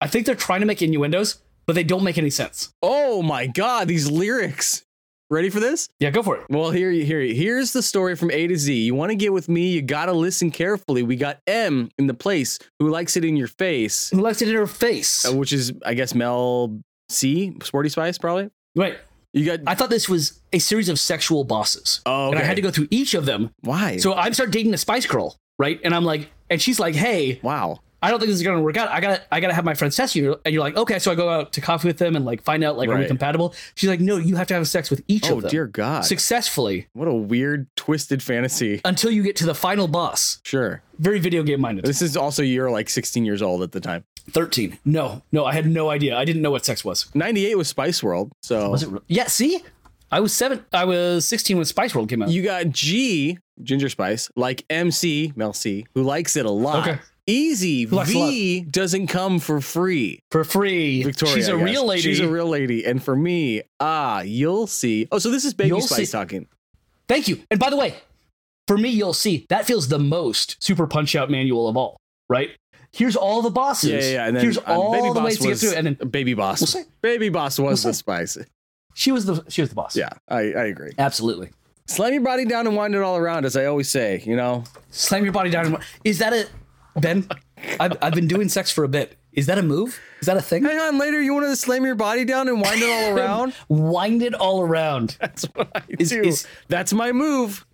[SPEAKER 1] I think they're trying to make innuendos, but they don't make any sense.
[SPEAKER 2] Oh my god, these lyrics. Ready for this?
[SPEAKER 1] Yeah, go for it.
[SPEAKER 2] Well, here you here you- here's the story from A to Z. You want to get with me, you gotta listen carefully. We got M in the place who likes it in your face,
[SPEAKER 1] (laughs) Who
[SPEAKER 2] Oh.
[SPEAKER 1] likes it in her face?
[SPEAKER 2] uh, which is I guess Mel C, Sporty Spice probably.
[SPEAKER 1] Right.
[SPEAKER 2] You got
[SPEAKER 1] I thought this was a series of sexual bosses.
[SPEAKER 2] oh,
[SPEAKER 1] And I had to go through each of them.
[SPEAKER 2] Why?
[SPEAKER 1] So I start dating a Spice Girl, right? And I'm like, and she's like, hey,
[SPEAKER 2] wow.
[SPEAKER 1] I don't think this is gonna work out. I gotta, I gotta have my friends test you. And you're like, okay. So I go out to coffee with them and like find out like are we
[SPEAKER 2] Right.
[SPEAKER 1] compatible? She's like, no, you have to have sex with each
[SPEAKER 2] Oh
[SPEAKER 1] of them
[SPEAKER 2] dear God.
[SPEAKER 1] successfully
[SPEAKER 2] What a weird twisted fantasy.
[SPEAKER 1] until you get to the final boss.
[SPEAKER 2] Sure.
[SPEAKER 1] Very video game minded.
[SPEAKER 2] This is also you're like 16 years old at the time.
[SPEAKER 1] Thirteen. No, no, I had no idea. I didn't know what sex was.
[SPEAKER 2] 98 was Spice World. So
[SPEAKER 1] Was it? Re- yeah. See, I was seven. I was sixteen when Spice World came out.
[SPEAKER 2] you got G Ginger Spice like MC Mel C who likes it a lot.
[SPEAKER 1] Okay.
[SPEAKER 2] Easy
[SPEAKER 1] likes a
[SPEAKER 2] V doesn't come for free.
[SPEAKER 1] for free.
[SPEAKER 2] Victoria,
[SPEAKER 1] She's a
[SPEAKER 2] I guess.
[SPEAKER 1] real lady.
[SPEAKER 2] She's a real lady. And for me, ah, you'll see. Oh, so this is Baby
[SPEAKER 1] You'll
[SPEAKER 2] Spice
[SPEAKER 1] see.
[SPEAKER 2] talking.
[SPEAKER 1] Thank you. And by the way, for me, you'll see that feels the most Super Punch Out manual of all. Right? Here's all the bosses.
[SPEAKER 2] Yeah, yeah, yeah. And then
[SPEAKER 1] here's
[SPEAKER 2] um,
[SPEAKER 1] all
[SPEAKER 2] Baby
[SPEAKER 1] the
[SPEAKER 2] Boss
[SPEAKER 1] ways to get
[SPEAKER 2] was-
[SPEAKER 1] through. And then
[SPEAKER 2] Baby Boss.
[SPEAKER 1] We'll see.
[SPEAKER 2] Baby Boss was
[SPEAKER 1] We'll
[SPEAKER 2] the Spice.
[SPEAKER 1] she was the she was the boss.
[SPEAKER 2] Yeah, I, I agree.
[SPEAKER 1] absolutely.
[SPEAKER 2] Slam your body down and wind it all around, as I always say. You know,
[SPEAKER 1] Slam your body down. and- Is that a Ben? I've, I've been doing sex for a bit. Is that a move? Is that a thing?
[SPEAKER 2] hang on. Later, you want to slam your body down and wind it (laughs) all around.
[SPEAKER 1] Wind it all around.
[SPEAKER 2] That's what I
[SPEAKER 1] Is-
[SPEAKER 2] do.
[SPEAKER 1] is-
[SPEAKER 2] That's my move.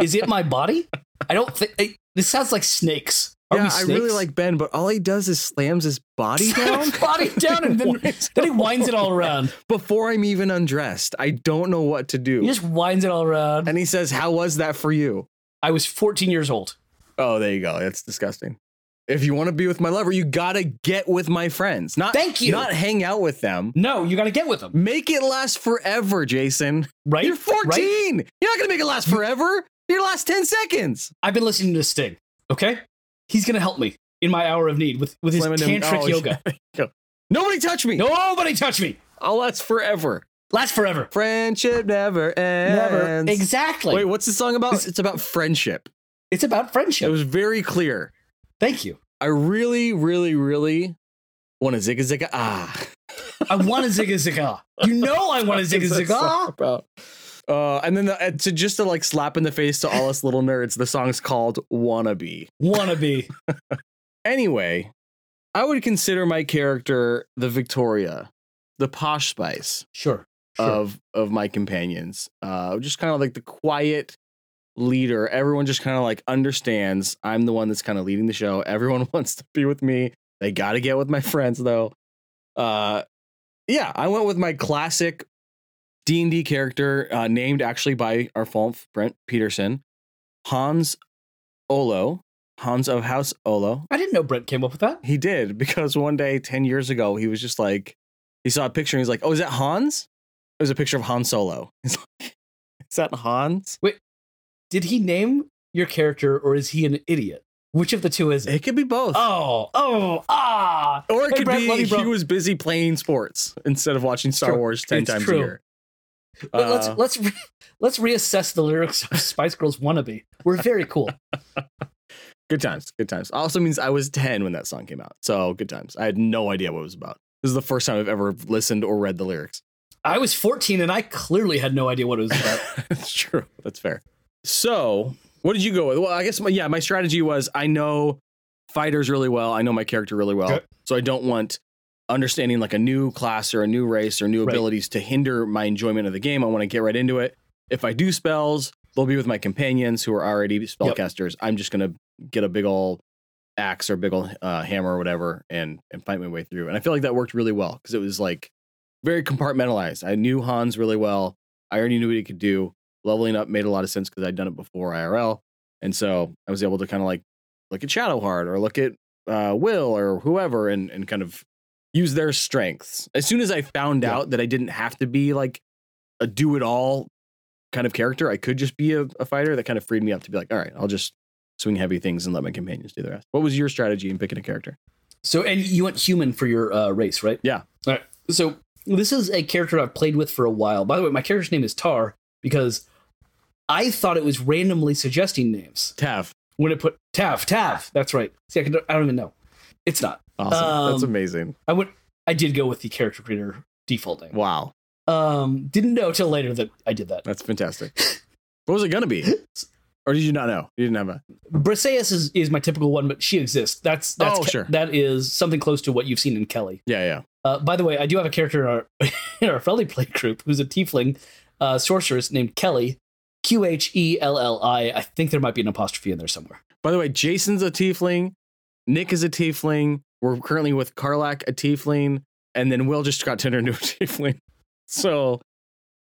[SPEAKER 1] Is it my body? I don't think I- this sounds like snakes. Are we
[SPEAKER 2] Yeah, I
[SPEAKER 1] snakes?
[SPEAKER 2] really
[SPEAKER 1] (laughs)
[SPEAKER 2] like Ben, but all he does is slams his (laughs) body down
[SPEAKER 1] body
[SPEAKER 2] (laughs)
[SPEAKER 1] down and then, then he winds it all around.
[SPEAKER 2] before I'm even undressed. I don't know what to
[SPEAKER 1] He
[SPEAKER 2] do.
[SPEAKER 1] just winds it all around.
[SPEAKER 2] And he says, "How was that for you?"
[SPEAKER 1] I was 14 years old.
[SPEAKER 2] Oh, there you go. That's disgusting. If you want to be with my lover, you gotta get with my friends. Not
[SPEAKER 1] Thank you.
[SPEAKER 2] Not hang out with them.
[SPEAKER 1] No, you got to get with them,
[SPEAKER 2] Make it last forever, Jason.
[SPEAKER 1] right?
[SPEAKER 2] You're
[SPEAKER 1] Right?
[SPEAKER 2] 14. You're not gonna make it last forever. Your last 10 seconds.
[SPEAKER 1] I've been listening to Sting. Okay, he's gonna help me in my hour of need with with his
[SPEAKER 2] Slamming him-
[SPEAKER 1] tantric
[SPEAKER 2] oh, (laughs)
[SPEAKER 1] yoga.
[SPEAKER 2] yeah. Nobody touch me.
[SPEAKER 1] Nobody touch me.
[SPEAKER 2] I'll last forever.
[SPEAKER 1] Last forever.
[SPEAKER 2] Friendship never ends.
[SPEAKER 1] Exactly.
[SPEAKER 2] Wait, what's the song about? It's about friendship.
[SPEAKER 1] it's about
[SPEAKER 2] It
[SPEAKER 1] friendship.
[SPEAKER 2] was very clear.
[SPEAKER 1] Thank you.
[SPEAKER 2] I really, really, really want a zigga zigga ah.
[SPEAKER 1] I want a zigga zigga. You know
[SPEAKER 2] (laughs)
[SPEAKER 1] I want a zigga
[SPEAKER 2] That's all
[SPEAKER 1] zigga.
[SPEAKER 2] about. Uh, and then the, uh, to just to like slap in the face to all us little nerds, the song's called "Wannabe."
[SPEAKER 1] Wanna be.
[SPEAKER 2] Anyway, I would consider my character the Victoria, the posh spice
[SPEAKER 1] Sure. Sure.
[SPEAKER 2] of of my companions. Uh, just kind of like the quiet leader. Everyone just kind of like understands. I'm the one that's kind of leading the show. Everyone (laughs) wants to be with me. They got to get with my friends though. Uh, yeah, I went with my classic D and D character, uh, named actually by our Falmf Brent Peterson, Hans Olo, Hans of House Olo.
[SPEAKER 1] I didn't know Brent came up with that.
[SPEAKER 2] He did because one day, 10 years ago, he was just like, he saw a picture and he's like, oh, is that Hans? It was a picture of Han Solo. (laughs) He's like, is that Hans?
[SPEAKER 1] Did he name your character or is he an idiot? Which of the two is it?
[SPEAKER 2] It could be both.
[SPEAKER 1] Oh, oh, ah.
[SPEAKER 2] or it
[SPEAKER 1] Hey,
[SPEAKER 2] could
[SPEAKER 1] Brett,
[SPEAKER 2] be
[SPEAKER 1] love you, bro.
[SPEAKER 2] he was busy playing sports instead of watching Star
[SPEAKER 1] true.
[SPEAKER 2] Wars 10
[SPEAKER 1] It's
[SPEAKER 2] times
[SPEAKER 1] true.
[SPEAKER 2] a year.
[SPEAKER 1] Let-
[SPEAKER 2] Uh,
[SPEAKER 1] let's let's re- (laughs) let's reassess the lyrics of Spice Girls "Wannabe." We're very cool.
[SPEAKER 2] good times. Good times. Also means I was 10 when that song came out. So good times. I had no idea what it was about. This is the first time I've ever listened or read the lyrics.
[SPEAKER 1] (laughs) I was 14 and I clearly had no idea what it was about.
[SPEAKER 2] (laughs) That's true. That's fair. So, what did you go with? Well, I guess my, yeah, my strategy was I know fighters really well. I know my character really well.
[SPEAKER 1] Okay.
[SPEAKER 2] So I don't want understanding like a new class or a new race or new
[SPEAKER 1] Right.
[SPEAKER 2] abilities to hinder my enjoyment of the game. I want to get right into it. If I do spells, they'll be with my companions who are already spellcasters. I'm just gonna get a big ol' axe or big ol' uh, hammer or whatever and and fight my way through. And I feel like that worked really well because it was like very compartmentalized. I knew Hans really well. I already knew what he could do. Leveling up made a lot of sense because I'd done it before IRL, and so I was able to kind of like look at Shadowheart or look at uh, Will or whoever, and and kind of use their strengths. As soon as I found
[SPEAKER 1] Yeah.
[SPEAKER 2] out that I didn't have to be like a do it all kind of character, I could just be a, a fighter. That kind of freed me up to be like, all right, I'll just swing heavy things and let my companions do the rest. What was your strategy in picking a character?
[SPEAKER 1] So, and you went human for your uh, race, right?
[SPEAKER 2] Yeah.
[SPEAKER 1] All right. So, this is a character I've played with for a while. By the way, my character's name is Tar because I thought it was randomly suggesting names
[SPEAKER 2] Tav.
[SPEAKER 1] when it put Tav, Tav. That's right. See, I, can, I don't even know. It's not.
[SPEAKER 2] Awesome. That's
[SPEAKER 1] Um,
[SPEAKER 2] amazing.
[SPEAKER 1] I went. I did go with the character creator default name.
[SPEAKER 2] Wow.
[SPEAKER 1] Um, didn't know till later that I did that.
[SPEAKER 2] That's (laughs) fantastic. what was it gonna be? Or did you not know? You didn't have a
[SPEAKER 1] Briseis is, is my typical one, but she exists. That's that's
[SPEAKER 2] Oh, sure.
[SPEAKER 1] that is something close to what you've seen in Kelly.
[SPEAKER 2] yeah, yeah.
[SPEAKER 1] Uh, by the way, I do have a character in our (laughs) in our friendly play group who's a tiefling uh, sorceress named Kelly, Q H E L L I. I think there might be an apostrophe in there somewhere.
[SPEAKER 2] By the way, Jason's a tiefling. Nick is a tiefling. We're currently with Karlak, a tiefling. And then Will just got turned into a (laughs) tiefling. So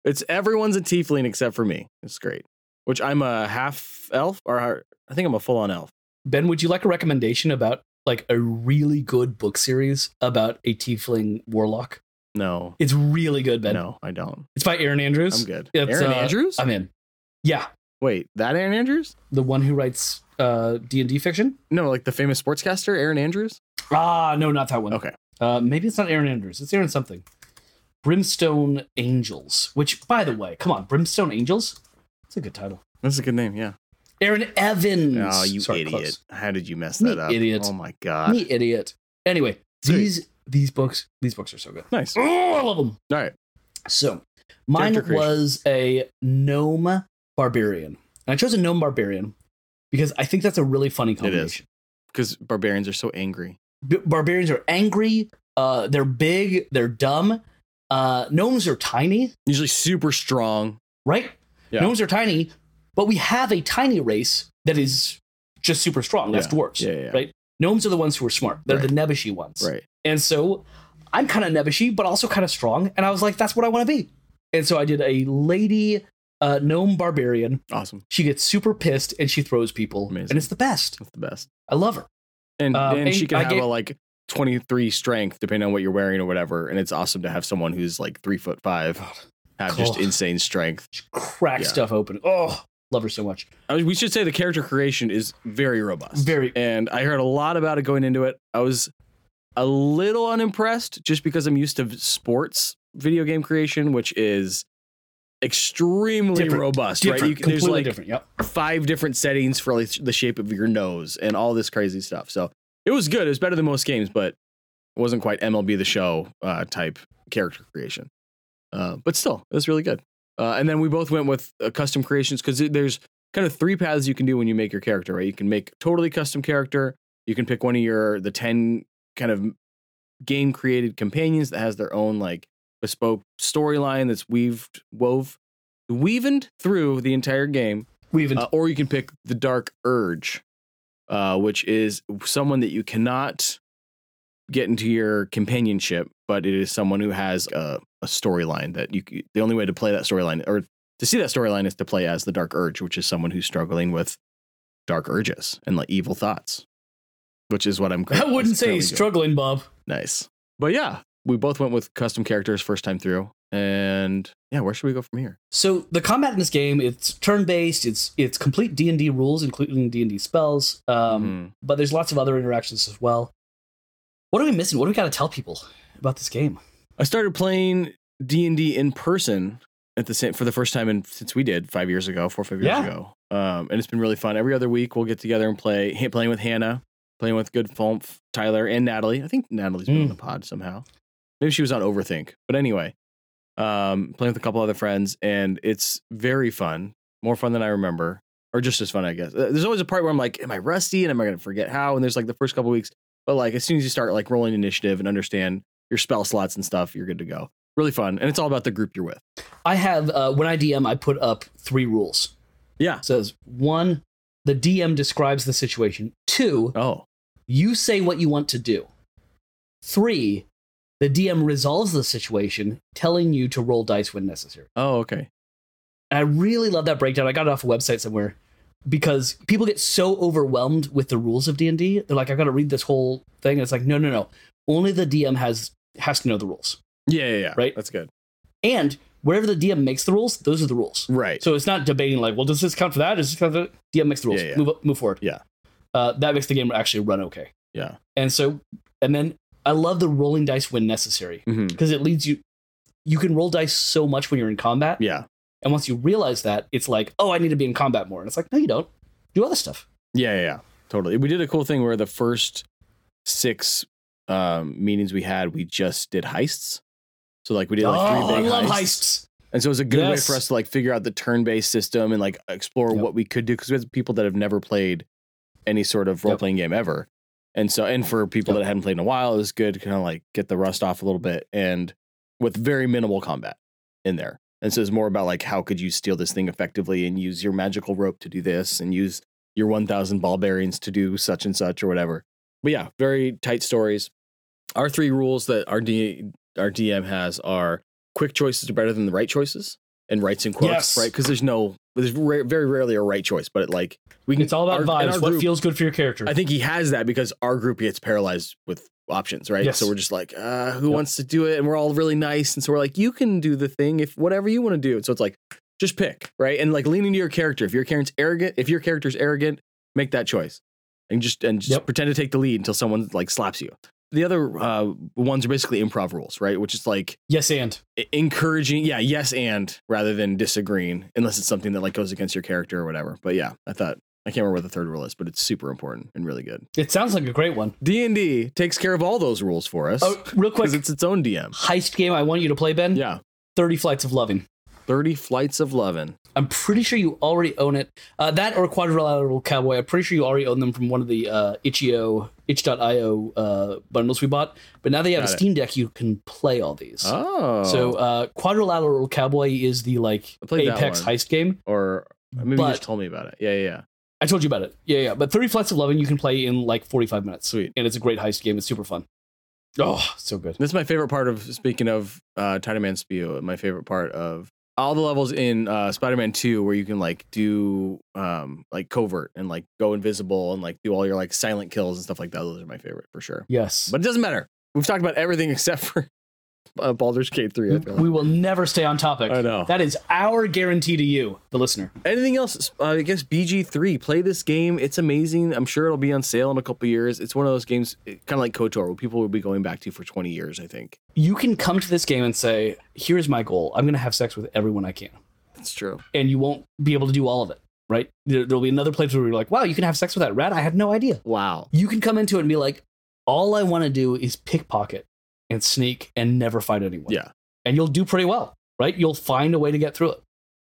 [SPEAKER 2] it's everyone's a tiefling except for me. It's great. Which I'm a half elf, or I think I'm a full on elf.
[SPEAKER 1] Ben, would you like a recommendation about like a really good book series about a tiefling warlock?
[SPEAKER 2] No.
[SPEAKER 1] It's really good, Ben.
[SPEAKER 2] No, I don't.
[SPEAKER 1] It's by Aaron Andrews.
[SPEAKER 2] I'm good.
[SPEAKER 1] It's,
[SPEAKER 2] Aaron
[SPEAKER 1] uh,
[SPEAKER 2] Andrews?
[SPEAKER 1] I'm in. Yeah,
[SPEAKER 2] Wait, that Aaron Andrews?
[SPEAKER 1] the one who writes uh, D&D fiction?
[SPEAKER 2] No, like the famous sportscaster, Aaron Andrews?
[SPEAKER 1] Ah, no, not that one.
[SPEAKER 2] Okay.
[SPEAKER 1] Uh, maybe it's not Aaron Andrews. It's Aaron something. Brimstone Angels, which, by the way, come on, Brimstone Angels? It's a good title.
[SPEAKER 2] That's a good name, yeah.
[SPEAKER 1] Aaron Evans.
[SPEAKER 2] Oh, you
[SPEAKER 1] Mm, Sorry,
[SPEAKER 2] idiot.
[SPEAKER 1] close.
[SPEAKER 2] How did you mess
[SPEAKER 1] Me
[SPEAKER 2] that up?
[SPEAKER 1] idiot.
[SPEAKER 2] Oh my god.
[SPEAKER 1] Me idiot. Anyway,
[SPEAKER 2] Sweet.
[SPEAKER 1] these these books these books are so good.
[SPEAKER 2] Nice. All
[SPEAKER 1] Oh, I love them.
[SPEAKER 2] right.
[SPEAKER 1] So mine
[SPEAKER 2] Character creation.
[SPEAKER 1] was a gnome barbarian, and I chose a gnome barbarian because I think that's a really funny
[SPEAKER 2] is.
[SPEAKER 1] combination.
[SPEAKER 2] Because barbarians are so angry.
[SPEAKER 1] B- barbarians are angry. Uh, they're big. They're dumb. Uh, gnomes are tiny,
[SPEAKER 2] Usually super strong.
[SPEAKER 1] right?
[SPEAKER 2] Yeah.
[SPEAKER 1] Gnomes are tiny, but we have a tiny race that is just super strong. That's
[SPEAKER 2] Yeah.
[SPEAKER 1] dwarves,
[SPEAKER 2] Yeah, yeah, yeah.
[SPEAKER 1] right? Gnomes are the ones who are smart. They're the nebbishy ones,
[SPEAKER 2] Right.
[SPEAKER 1] And so I'm kind of nebbishy, but also kind of strong. And I was like, that's what I want to be. And so I did a lady uh, gnome barbarian.
[SPEAKER 2] Awesome.
[SPEAKER 1] She gets super pissed and she throws people.
[SPEAKER 2] Amazing.
[SPEAKER 1] And it's the best.
[SPEAKER 2] That's the best.
[SPEAKER 1] I love her.
[SPEAKER 2] And
[SPEAKER 1] Um,
[SPEAKER 2] and she
[SPEAKER 1] and
[SPEAKER 2] can
[SPEAKER 1] I
[SPEAKER 2] have
[SPEAKER 1] gave-
[SPEAKER 2] a like 23 strength depending on what you're wearing or whatever. And it's awesome to have someone who's like three foot five
[SPEAKER 1] Oh,
[SPEAKER 2] have just
[SPEAKER 1] God.
[SPEAKER 2] insane strength.
[SPEAKER 1] She cracks
[SPEAKER 2] Yeah.
[SPEAKER 1] stuff open. Oh, love her so much.
[SPEAKER 2] I mean, we should say the character creation is very robust.
[SPEAKER 1] Very-
[SPEAKER 2] And I heard a lot about it going into it. I was a little unimpressed just because I'm used to sports video game creation, which is extremely
[SPEAKER 1] Different.
[SPEAKER 2] robust,
[SPEAKER 1] Different.
[SPEAKER 2] right? You, there's
[SPEAKER 1] completely
[SPEAKER 2] like
[SPEAKER 1] different. Yep.
[SPEAKER 2] five different settings for like the shape of your nose and all this crazy stuff. So it was good. It was better than most games, but it wasn't quite MLB the Show uh, type character creation. Uh, but still, it was really good. Uh, and then we both went with uh, custom creations because there's kind of three paths you can do when you make your character, right? You can make totally custom character. You can pick one of your the ten kind of game created companions that has their own like bespoke storyline that's weaved wove weavened through the entire game
[SPEAKER 1] We even
[SPEAKER 2] uh, or you can pick the Dark Urge, uh, which is someone that you cannot get into your companionship, but it is someone who has a, a storyline that you. c- The only way to play that storyline or to see that storyline is to play as the Dark Urge, which is someone who's struggling with dark urges and like evil thoughts, which is what I'm.
[SPEAKER 1] I
[SPEAKER 2] cur-
[SPEAKER 1] wouldn't say
[SPEAKER 2] currently
[SPEAKER 1] he's
[SPEAKER 2] doing.
[SPEAKER 1] struggling, Bob.
[SPEAKER 2] Nice, but yeah, we both went with custom characters first time through, and yeah, where should we go from here?
[SPEAKER 1] So the combat in this game, it's turn-based. It's it's complete D and D rules, including D and D spells.
[SPEAKER 2] Mhm.
[SPEAKER 1] Um, but there's lots of other interactions as well. What are we missing? What do we got to tell people about this game?
[SPEAKER 2] I started playing D and D in person at the same for the first time in since we did five years ago, four or five years
[SPEAKER 1] Yeah.
[SPEAKER 2] ago. Um, and it's been really fun. Every other week we'll get together and play ha- playing with Hannah, playing with good Fomf, Tyler, and Natalie. I think Natalie's been
[SPEAKER 1] Mm.
[SPEAKER 2] on the pod somehow. Maybe she was on Overthink. But anyway, um, playing with a couple other friends, and it's very fun. More fun than I remember. Or just as fun, I guess. Uh, There's always a part where I'm like, am I rusty and am I gonna forget how? And there's like the first couple weeks, but like as soon as you start like rolling initiative and understand your spell slots and stuff, you're good to go. Really fun. And it's all about the group you're with.
[SPEAKER 1] I have uh, when I DM, I put up three rules.
[SPEAKER 2] Yeah.
[SPEAKER 1] It says one, the DM describes the situation. Two,
[SPEAKER 2] Oh.
[SPEAKER 1] you say what you want to do. Three, the DM resolves the situation, telling you to roll dice when necessary.
[SPEAKER 2] Oh, okay.
[SPEAKER 1] And I really love that breakdown. I got it off a website somewhere because people get so overwhelmed with the rules of D&D. They're like, I got to read this whole thing. And it's like, no, no, no. Only the DM has has to know the rules.
[SPEAKER 2] Yeah, yeah, yeah.
[SPEAKER 1] Right?
[SPEAKER 2] That's good.
[SPEAKER 1] And wherever the DM makes the rules, those are the rules.
[SPEAKER 2] Right.
[SPEAKER 1] So it's not debating like, well, does this count for that? Does this count for that? DM makes the rules.
[SPEAKER 2] Yeah, yeah.
[SPEAKER 1] Move up, move forward.
[SPEAKER 2] Yeah.
[SPEAKER 1] Uh, that makes the game actually run okay.
[SPEAKER 2] Yeah.
[SPEAKER 1] And so, and then I love the rolling dice when necessary
[SPEAKER 2] Mhm.
[SPEAKER 1] because it leads you. You can roll dice so much when you're in combat,
[SPEAKER 2] Yeah.
[SPEAKER 1] and once you realize that, it's like, oh, I need to be in combat more. And it's like, no, you don't. Do other stuff.
[SPEAKER 2] Yeah, yeah, yeah. Totally. We did a cool thing where the first six um, meetings we had, we just did heists. So like we did like three
[SPEAKER 1] oh, I
[SPEAKER 2] big
[SPEAKER 1] love
[SPEAKER 2] heists.
[SPEAKER 1] heists.
[SPEAKER 2] And so it was a good way
[SPEAKER 1] Yes.
[SPEAKER 2] for us to like figure out the turn-based system and like explore
[SPEAKER 1] Yep.
[SPEAKER 2] what we could do because we had people that have never played any sort of
[SPEAKER 1] Yep.
[SPEAKER 2] role-playing game ever. And so, and for people that hadn't played in a while, it was good to kind of like get the rust off a little bit and with very minimal combat in there. And so it's more about like how could you steal this thing effectively and use your magical rope to do this and use your 1000 ball bearings to do such and such or whatever. But yeah, very tight stories. Our three rules that our, D, our DM has are quick choices are better than the right choices and rights and quirks,
[SPEAKER 1] Yes.
[SPEAKER 2] right? Because there's no, there's ra- very rarely a right choice, but like we can.
[SPEAKER 1] It's all about
[SPEAKER 2] our- in
[SPEAKER 1] vibes.
[SPEAKER 2] our
[SPEAKER 1] What
[SPEAKER 2] group-
[SPEAKER 1] feels good for your character?
[SPEAKER 2] I think he has that because our group gets paralyzed with options, right?
[SPEAKER 1] Yes.
[SPEAKER 2] So we're just like, uh, who
[SPEAKER 1] Yep.
[SPEAKER 2] wants to do it? And we're all really nice. And so we're like, you can do the thing if whatever you want to do. And so it's like, just pick, right? And like lean into your character. If your character's arrogant, if your character's arrogant, make that choice. And just and just
[SPEAKER 1] Yep.
[SPEAKER 2] pretend to take the lead until someone like slaps you. The other uh, ones are basically improv rules, right? Which is like
[SPEAKER 1] yes, and
[SPEAKER 2] e- encouraging, yeah, yes, and rather than disagreeing, unless it's something that like goes against your character or whatever. But yeah, I thought I can't remember what the third rule is, but it's super important and really good.
[SPEAKER 1] it sounds like a great one.
[SPEAKER 2] D and D takes care of all those rules for us
[SPEAKER 1] Oh, real
[SPEAKER 2] because
[SPEAKER 1] quick,
[SPEAKER 2] it's its own DM.
[SPEAKER 1] heist game I want you to play, Ben.
[SPEAKER 2] Yeah,
[SPEAKER 1] Thirty Flights of Loving.
[SPEAKER 2] thirty flights of lovin'.
[SPEAKER 1] I'm pretty sure you already own it. Uh, that or Quadrilateral Cowboy. I'm pretty sure you already own them from one of the uh, itch.io, itch.io uh, bundles we bought. But now they have
[SPEAKER 2] Got
[SPEAKER 1] a
[SPEAKER 2] it.
[SPEAKER 1] Steam Deck, you can play all these.
[SPEAKER 2] Oh,
[SPEAKER 1] So uh, Quadrilateral Cowboy is the like
[SPEAKER 2] I played that
[SPEAKER 1] apex
[SPEAKER 2] one.
[SPEAKER 1] heist game.
[SPEAKER 2] or maybe you just
[SPEAKER 1] but-
[SPEAKER 2] told me about it. Yeah, yeah, yeah.
[SPEAKER 1] I told you about it. Yeah, yeah. But 30 Flights of Loving you can play in like 45 minutes.
[SPEAKER 2] Sweet.
[SPEAKER 1] And it's a great heist game. It's super fun. Oh, so good.
[SPEAKER 2] This is my favorite part of speaking of uh, Title Man Spew. My favorite part of all the levels in uh, Spider Man Two, where you can like do um, like covert and like go invisible and like do all your like silent kills and stuff like that. Those are my favorite for sure.
[SPEAKER 1] Yes.
[SPEAKER 2] But it doesn't matter. We've talked about everything (laughs) except for uh, Baldur's Gate Three. I feel like.
[SPEAKER 1] we will never stay on topic.
[SPEAKER 2] I know.
[SPEAKER 1] That is our guarantee to you, the listener.
[SPEAKER 2] anything else uh, i guess bg3 play this game it's amazing i'm sure it'll be on sale in a couple years it's one of those games kind of like kotor where people will be going back to for 20 years i think
[SPEAKER 1] You can come to this game and say, here's my goal. I'm going to have sex with everyone I can.
[SPEAKER 2] that's true
[SPEAKER 1] And you won't be able to do all of it, right? There, there'll be another place where you're like, wow, you can have sex with that rat. I had no idea.
[SPEAKER 2] wow
[SPEAKER 1] You can come into it and be like, all I want to do is pickpocket and sneak and never fight anyone.
[SPEAKER 2] yeah
[SPEAKER 1] and you'll do pretty well, right? You'll find a way to get through it.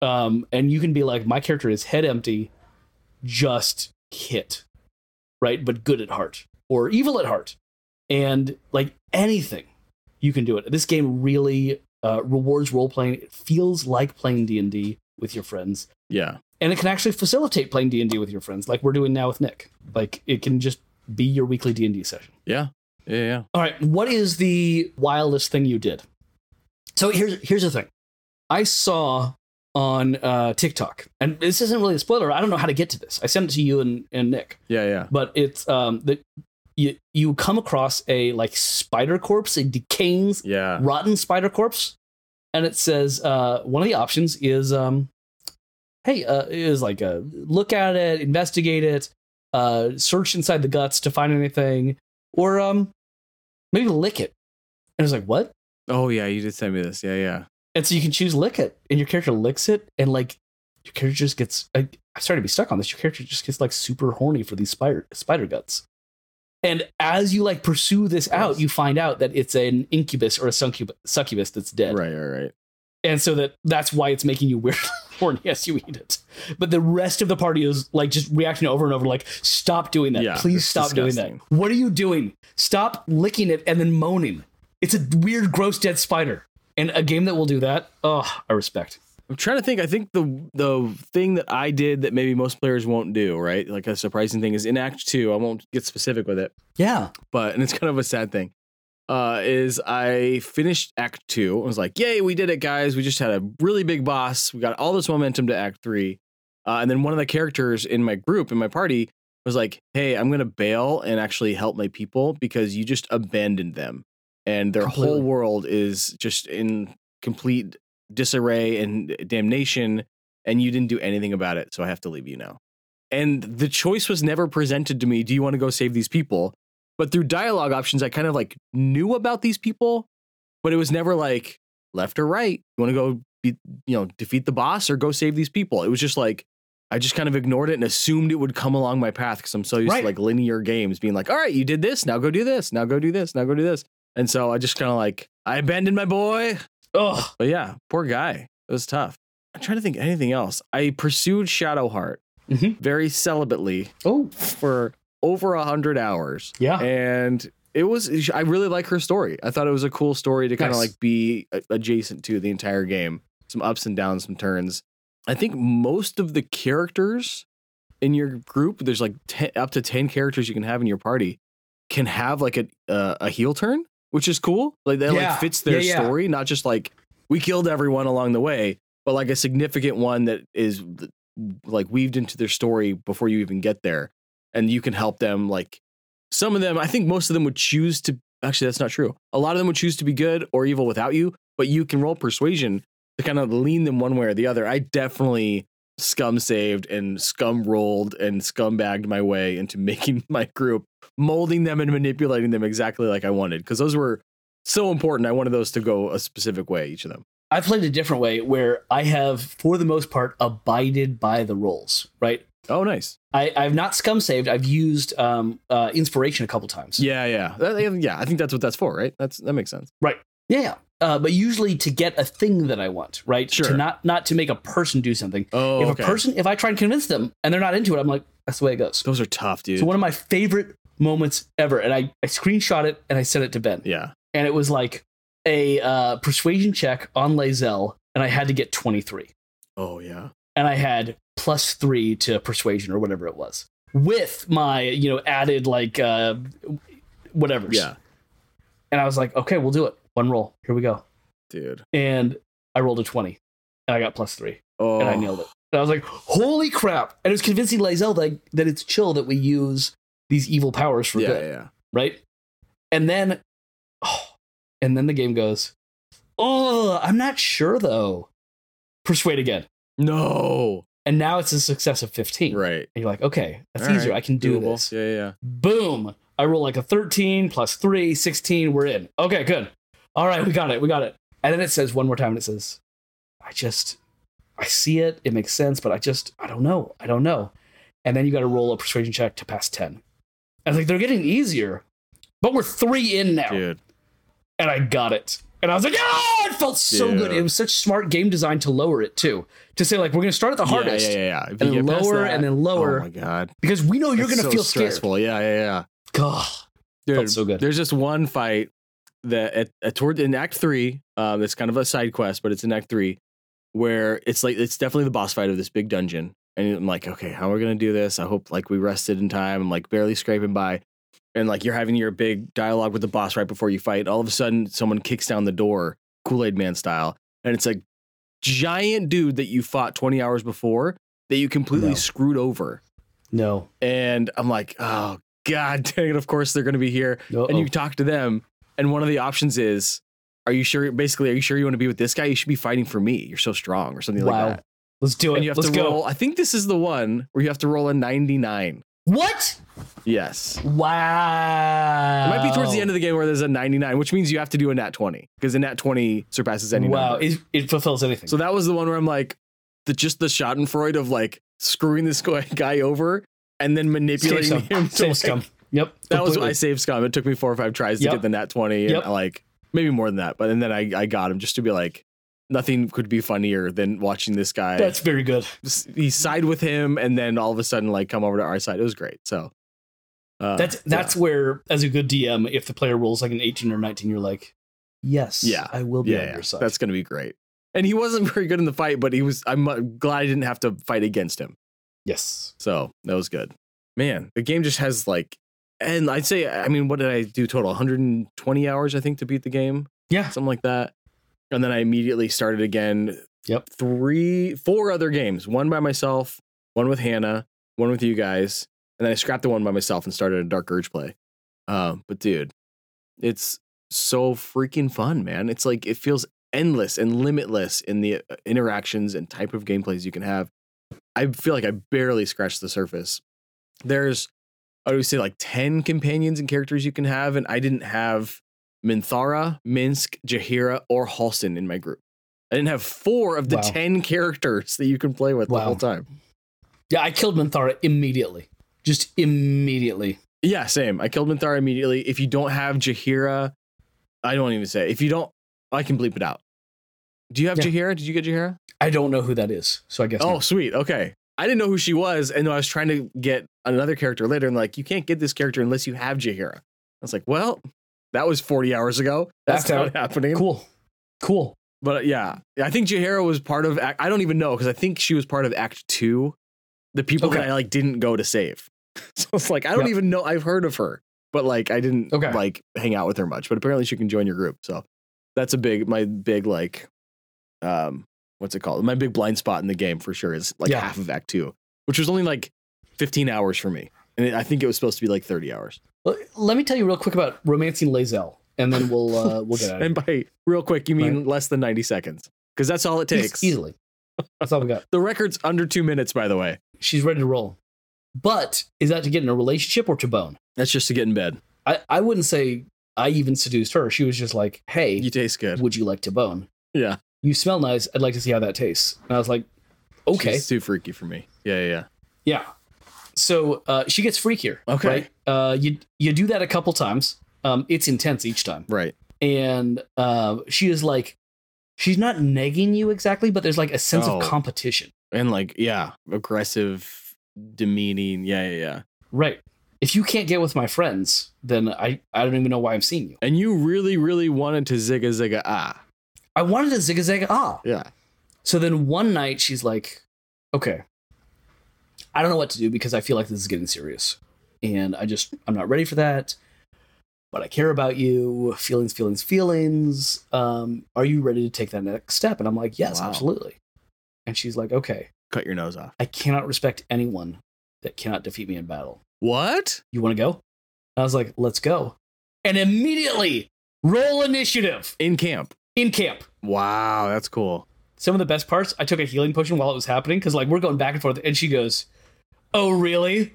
[SPEAKER 1] Um, and you can be like, my character is head empty, just hit, right? But good at heart or evil at heart. And like anything, you can do it. This game really uh, rewards role playing. It feels like playing D&D with your friends.
[SPEAKER 2] yeah
[SPEAKER 1] And it can actually facilitate playing D&D with your friends like we're doing now with Nick. Like it can just be your weekly D&D session.
[SPEAKER 2] yeah yeah yeah
[SPEAKER 1] All right, what is the wildest thing you did? So here's here's the thing. I saw on uh, TikTok, and this isn't really a spoiler. I don't know how to get to this. I sent it to you and, and Nick,
[SPEAKER 2] yeah yeah
[SPEAKER 1] but it's um that you you come across a like spider corpse, a decaying s-
[SPEAKER 2] yeah
[SPEAKER 1] rotten spider corpse, and it says uh, one of the options is um, hey, uh, is like uh look at it, investigate it, uh, search inside the guts to find anything, or um, maybe lick it. And it was like, what?
[SPEAKER 2] oh yeah you did send me this yeah yeah
[SPEAKER 1] And so you can choose lick it, and your character licks it, and like your character just gets. I, I'm starting to be stuck on this. Your character just gets like super horny for these spider spider guts. And as you like pursue this out, you find out that it's an incubus or a succubus, succubus that's dead
[SPEAKER 2] right right right
[SPEAKER 1] and so that that's why it's making you weird (laughs) horny as you eat it but the rest of the party is like just reacting over and over like stop doing that
[SPEAKER 2] Yeah,
[SPEAKER 1] please
[SPEAKER 2] it's
[SPEAKER 1] stop doing
[SPEAKER 2] disgusting.
[SPEAKER 1] that what are you doing stop licking it and then moaning it's a weird gross dead spider and a game that will do that oh i respect
[SPEAKER 2] i'm trying to think i think the the thing that i did that maybe most players won't do right like a surprising thing is in act two i won't get specific with it
[SPEAKER 1] yeah
[SPEAKER 2] but and it's kind of a sad thing uh is i finished act two i was like yay we did it guys we just had a really big boss we got all this momentum to act three uh, and then one of the characters in my group in my party was like hey i'm gonna bail and actually help my people because you just abandoned them and their
[SPEAKER 1] Completely.
[SPEAKER 2] whole world is just in complete disarray and damnation and you didn't do anything about it so i have to leave you now and the choice was never presented to me do you want to go save these people but through dialogue options i kind of like knew about these people but it was never like left or right you want to go be, you know defeat the boss or go save these people it was just like i just kind of ignored it and assumed it would come along my path because i'm so used
[SPEAKER 1] Right.
[SPEAKER 2] to like linear games being like all right you did this now go do this now go do this now go do this and so i just kind of like i abandoned my boy
[SPEAKER 1] oh
[SPEAKER 2] but yeah poor guy it was tough i'm trying to think of anything else i pursued shadowheart
[SPEAKER 1] Mhm.
[SPEAKER 2] very celibately
[SPEAKER 1] oh
[SPEAKER 2] for over a hundred hours.
[SPEAKER 3] Yeah.
[SPEAKER 2] and it was i really like her story i thought it was a cool story to kind of
[SPEAKER 3] Nice.
[SPEAKER 2] like be a- adjacent to the entire game some ups and downs some turns i think most of the characters in your group there's like 10, up to 10 characters you can have in your party can have like a uh, a heel turn which is cool like that
[SPEAKER 3] Yeah.
[SPEAKER 2] like fits their
[SPEAKER 3] Yeah, yeah.
[SPEAKER 2] story not just like we killed everyone along the way but like a significant one that is like weaved into their story before you even get there and you can help them like some of them i think most of them would choose to actually that's not true a lot of them would choose to be good or evil without you but you can roll persuasion to kind of lean them one way or the other i definitely scum saved and scum rolled and scumbagged my way into (laughs) making my group molding them and manipulating them exactly like i wanted because those were so important i wanted those to go a specific way each of them
[SPEAKER 1] I've played a different way where I have, for the most part, abided by the rules, right?
[SPEAKER 2] oh nice
[SPEAKER 1] I, I've not scum saved. I've used um, uh, inspiration a couple times.
[SPEAKER 2] yeah yeah That- yeah i think that's what that's for right that's that makes sense
[SPEAKER 1] Yeah. yeah. Uh, but usually to get a thing that I want, right?
[SPEAKER 2] Sure.
[SPEAKER 1] To not not to make a person do something.
[SPEAKER 2] oh
[SPEAKER 1] if
[SPEAKER 2] okay.
[SPEAKER 1] a person, if I try and convince them and they're not into it, I'm like, that's the way it goes.
[SPEAKER 2] those are tough dude
[SPEAKER 1] So one of my favorite moments ever, and I, I screenshot it and I sent it to Ben,
[SPEAKER 2] yeah
[SPEAKER 1] and it was like a uh, persuasion check on Lazelle, and I had to get 23,
[SPEAKER 2] oh yeah
[SPEAKER 1] and I had plus three to persuasion or whatever it was, with my you know added like uh, whatever.
[SPEAKER 2] yeah
[SPEAKER 1] and I was like, okay, we'll do it. One roll, here we go,
[SPEAKER 2] dude
[SPEAKER 1] and I rolled a 20, and I got plus three.
[SPEAKER 2] oh
[SPEAKER 1] and I nailed it. And I was like, holy crap. And it was convincing Lysel that, that it's chill that we use these evil powers for
[SPEAKER 2] yeah,
[SPEAKER 1] good,
[SPEAKER 2] yeah yeah
[SPEAKER 1] right? And then, (sighs) oh, and then the game goes, oh, I'm not sure though. Persuade again.
[SPEAKER 2] no
[SPEAKER 1] And now it's a success of 15.
[SPEAKER 2] right
[SPEAKER 1] And you're like, okay, that's
[SPEAKER 2] All
[SPEAKER 1] easier.
[SPEAKER 2] right,
[SPEAKER 1] I can do
[SPEAKER 2] Doable.
[SPEAKER 1] this.
[SPEAKER 2] yeah yeah, yeah
[SPEAKER 1] Boom. I roll like a 13 plus 3, 16. We're in. Okay, good. All right, we got it. We got it. And then it says one more time and it says, I just, I see it. It makes sense, but I just, I don't know. I don't know. And then you got to roll a persuasion check to pass 10. I was like, they're getting easier, but we're three in now.
[SPEAKER 2] dude
[SPEAKER 1] And I got it. And I was like, ah, it felt so good.
[SPEAKER 2] Dude.
[SPEAKER 1] It was such smart game design to lower it too. To say, like, we're going to start at the hardest
[SPEAKER 2] yeah yeah, yeah, yeah. If you
[SPEAKER 1] and then
[SPEAKER 2] get past
[SPEAKER 1] lower
[SPEAKER 2] that-
[SPEAKER 1] and then lower
[SPEAKER 2] oh my god
[SPEAKER 1] because we know you're
[SPEAKER 2] That's
[SPEAKER 1] going to
[SPEAKER 2] so
[SPEAKER 1] feel scared.
[SPEAKER 2] stressful yeah yeah yeah
[SPEAKER 1] God, felt so good.
[SPEAKER 2] There's just one fight that at, at toward in Act Three. Um, it's kind of a side quest, but it's in Act Three where it's like it's definitely the boss fight of this big dungeon. And I'm like, okay, how are we gonna do this? I hope like we rested in time. I'm like barely scraping by, and like you're having your big dialogue with the boss right before you fight. All of a sudden, someone kicks down the door, Kool Aid Man style, and it's like giant dude that you fought 20 hours before that you completely
[SPEAKER 1] No.
[SPEAKER 2] screwed over.
[SPEAKER 1] No.
[SPEAKER 2] And I'm like, oh god (laughs) dang it! Of course they're gonna be here
[SPEAKER 1] Uh-oh.
[SPEAKER 2] and you talk to them and one of the options is are you sure basically are you sure you want to be with this guy you should be fighting for me you're so strong or something
[SPEAKER 1] Wow.
[SPEAKER 2] like that
[SPEAKER 1] Let's do it.
[SPEAKER 2] and you have
[SPEAKER 1] Let's
[SPEAKER 2] to
[SPEAKER 1] go.
[SPEAKER 2] roll i think this is the one where you have to roll a 99
[SPEAKER 1] What?
[SPEAKER 2] yes
[SPEAKER 1] Wow.
[SPEAKER 2] it might be towards the end of the game where there's a 99 which means you have to do a nat 20 because a nat 20 surpasses any
[SPEAKER 1] Wow.
[SPEAKER 2] number.
[SPEAKER 1] It, it fulfills anything.
[SPEAKER 2] so that was the one where i'm like the just the schadenfreude of like screwing this guy- (laughs) guy over and then
[SPEAKER 1] Save
[SPEAKER 2] manipulating
[SPEAKER 1] scum.
[SPEAKER 2] him to
[SPEAKER 1] Save
[SPEAKER 2] like,
[SPEAKER 1] scum. Yep.
[SPEAKER 2] That was
[SPEAKER 1] completely.
[SPEAKER 2] I saved scum. It took me four or five tries
[SPEAKER 1] Yep.
[SPEAKER 2] to get the nat twenty, and uh,
[SPEAKER 1] Yep.
[SPEAKER 2] like maybe more than that. But and then I, I got him just to be like, nothing could be funnier than watching this guy.
[SPEAKER 1] That's very good.
[SPEAKER 2] s- he side with him, and then all of a sudden like come over to our side. It was great. So uh,
[SPEAKER 1] That's that's where, as a good DM, if the player rolls like an 18 or 19, you're like, yes,
[SPEAKER 2] Yeah.
[SPEAKER 1] I will be
[SPEAKER 2] yeah,
[SPEAKER 1] on
[SPEAKER 2] yeah,
[SPEAKER 1] your side.
[SPEAKER 2] that's gonna be great. And he wasn't (laughs) very good in the fight, but he was. I'm uh, glad I didn't have to fight against him.
[SPEAKER 1] yes.
[SPEAKER 2] So that was good. Man, the game just has like, and I'd say, I mean, what did I do total? 120 hours, I think, to beat the game.
[SPEAKER 1] Yeah.
[SPEAKER 2] Something like that. And then I immediately started again.
[SPEAKER 1] Yep.
[SPEAKER 2] Three, four other games one by myself, one with Hannah, one with you guys. And then I scrapped the one by myself and started a Dark Urge play. Um, but dude, it's so freaking fun, man. It's like, it feels endless and limitless in the uh, interactions and type of gameplays you can have. I feel like I barely scratched the surface. There's, I would say, like 10 companions and characters you can have, and I didn't have Minthara, Minsk, Jahira, or Halston in my group. I didn't have four of the
[SPEAKER 1] Wow.
[SPEAKER 2] 10 characters that you can play with the
[SPEAKER 1] Wow.
[SPEAKER 2] whole time.
[SPEAKER 1] Yeah, I killed Minthara immediately. Just immediately.
[SPEAKER 2] Yeah, same. I killed Minthara immediately. If you don't have Jahira, I don't even say. If you don't, I can bleep it out. Do you have
[SPEAKER 1] Yeah.
[SPEAKER 2] Jahira? Did you get Jahira?
[SPEAKER 1] I don't know who that is, so I guess.
[SPEAKER 2] Oh,
[SPEAKER 1] not.
[SPEAKER 2] sweet. Okay. I didn't know who she was, and I was trying to get another character later, and like, you can't get this character unless you have Jahira. I was like, well, that was 40 hours ago. That's,
[SPEAKER 1] That's
[SPEAKER 2] not happening.
[SPEAKER 1] Cool. Cool.
[SPEAKER 2] But uh, yeah, I think Jahira was part of. Act, I don't even know because I think she was part of Act Two. The people
[SPEAKER 1] Okay.
[SPEAKER 2] that I like didn't go to save, (laughs) so it's like I don't
[SPEAKER 1] Yep.
[SPEAKER 2] even know. I've heard of her, but like I didn't
[SPEAKER 1] Okay.
[SPEAKER 2] like hang out with her much. But apparently she can join your group, so that's a big my big like, um, what's it called? My big blind spot in the game for sure is like
[SPEAKER 1] Yeah.
[SPEAKER 2] half of Act Two, which was only like fifteen hours for me, and it, I think it was supposed to be like thirty hours.
[SPEAKER 1] L- Let me tell you real quick about romancing Lazel, and then we'll uh, we'll get out of here.
[SPEAKER 2] and by real quick, you mean less than ninety seconds because that's all it
[SPEAKER 1] Eas-
[SPEAKER 2] takes.
[SPEAKER 1] easily. That's all we got.
[SPEAKER 2] The record's under two minutes, by the way.
[SPEAKER 1] (laughs) She's ready to roll. But is that to get in a relationship or to bone?
[SPEAKER 2] That's just to get in bed.
[SPEAKER 1] I, I wouldn't say I even seduced her. She was just like, hey,
[SPEAKER 2] You taste good.
[SPEAKER 1] would you like to bone?
[SPEAKER 2] Yeah.
[SPEAKER 1] You smell nice. I'd like to see how that tastes. And I was like, okay.
[SPEAKER 2] She's too freaky for me. Yeah, yeah, yeah.
[SPEAKER 1] Yeah. So uh, she gets freakier.
[SPEAKER 2] Okay.
[SPEAKER 1] Right? Uh, you you do that a couple times. Um, it's intense each time,
[SPEAKER 2] Right.
[SPEAKER 1] and uh, she is like, she's not negging you exactly, but there's like a sense
[SPEAKER 2] Oh.
[SPEAKER 1] of competition.
[SPEAKER 2] And like, yeah, aggressive, demeaning. Yeah, yeah, yeah.
[SPEAKER 1] Right. If you can't get with my friends, then I I don't even know why I'm seeing you.
[SPEAKER 2] And you really, really wanted to zigga zigga ah.
[SPEAKER 1] I wanted to zigzag ah.
[SPEAKER 2] Yeah.
[SPEAKER 1] So then one night she's like, okay, I don't know what to do because I feel like this is getting serious. And I just, I'm not ready for that. But I care about you. Feelings, feelings, feelings. Um, are you ready to take that next step? And I'm like, yes,
[SPEAKER 2] Wow.
[SPEAKER 1] absolutely. And she's like, okay,
[SPEAKER 2] Cut your nose off.
[SPEAKER 1] I cannot respect anyone that cannot defeat me in battle.
[SPEAKER 2] What?
[SPEAKER 1] You want to go? And I was like, let's go. And immediately roll initiative
[SPEAKER 2] In camp.
[SPEAKER 1] in camp.
[SPEAKER 2] Wow, that's cool.
[SPEAKER 1] some of the best parts i took a healing potion while it was happening because like we're going back and forth and she goes oh really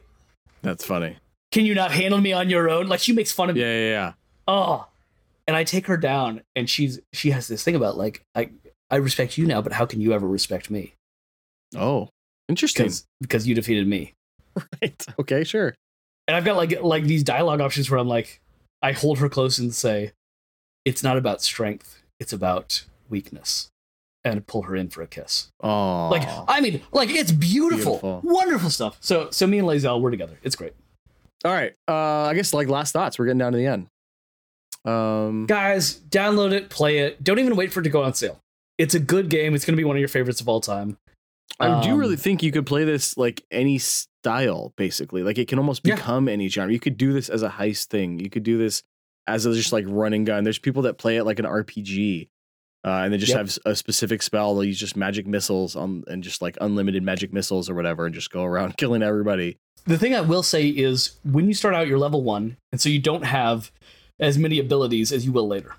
[SPEAKER 2] That's funny.
[SPEAKER 1] can you not handle me on your own like she makes fun of me
[SPEAKER 2] Yeah, yeah, yeah.
[SPEAKER 1] oh and i take her down and she's she has this thing about like i i respect you now but how can you ever respect me
[SPEAKER 2] Oh, interesting.
[SPEAKER 1] because because you defeated me
[SPEAKER 2] (laughs) Right. Okay, sure.
[SPEAKER 1] and i've got like like these dialogue options where i'm like i hold her close and say it's not about strength it's about weakness and pull her in for a kiss
[SPEAKER 2] Oh,
[SPEAKER 1] Like I mean, like it's beautiful,
[SPEAKER 2] Beautiful.
[SPEAKER 1] wonderful stuff. So so me and Lazelle we're together. It's great,
[SPEAKER 2] all right. Uh, I guess like last thoughts. We're getting down to the end. Um,
[SPEAKER 1] guys. Download it, play it. Don't even wait for it to go on sale. It's a good game. It's going to be one of your favorites of all time.
[SPEAKER 2] I do
[SPEAKER 1] Um,
[SPEAKER 2] really think you could play this like any style, basically. Like it can almost
[SPEAKER 1] Yeah.
[SPEAKER 2] become any genre. You could do this as a heist thing. You could do this as a just like run and gun. There's people that play it like an RPG, uh, and they just
[SPEAKER 1] Yep.
[SPEAKER 2] have a specific spell. They'll use just magic missiles on and just like unlimited magic missiles or whatever, and just go around (laughs) killing everybody.
[SPEAKER 1] The thing I will say is when you start out, you're level one, and so you don't have as many abilities as you will later.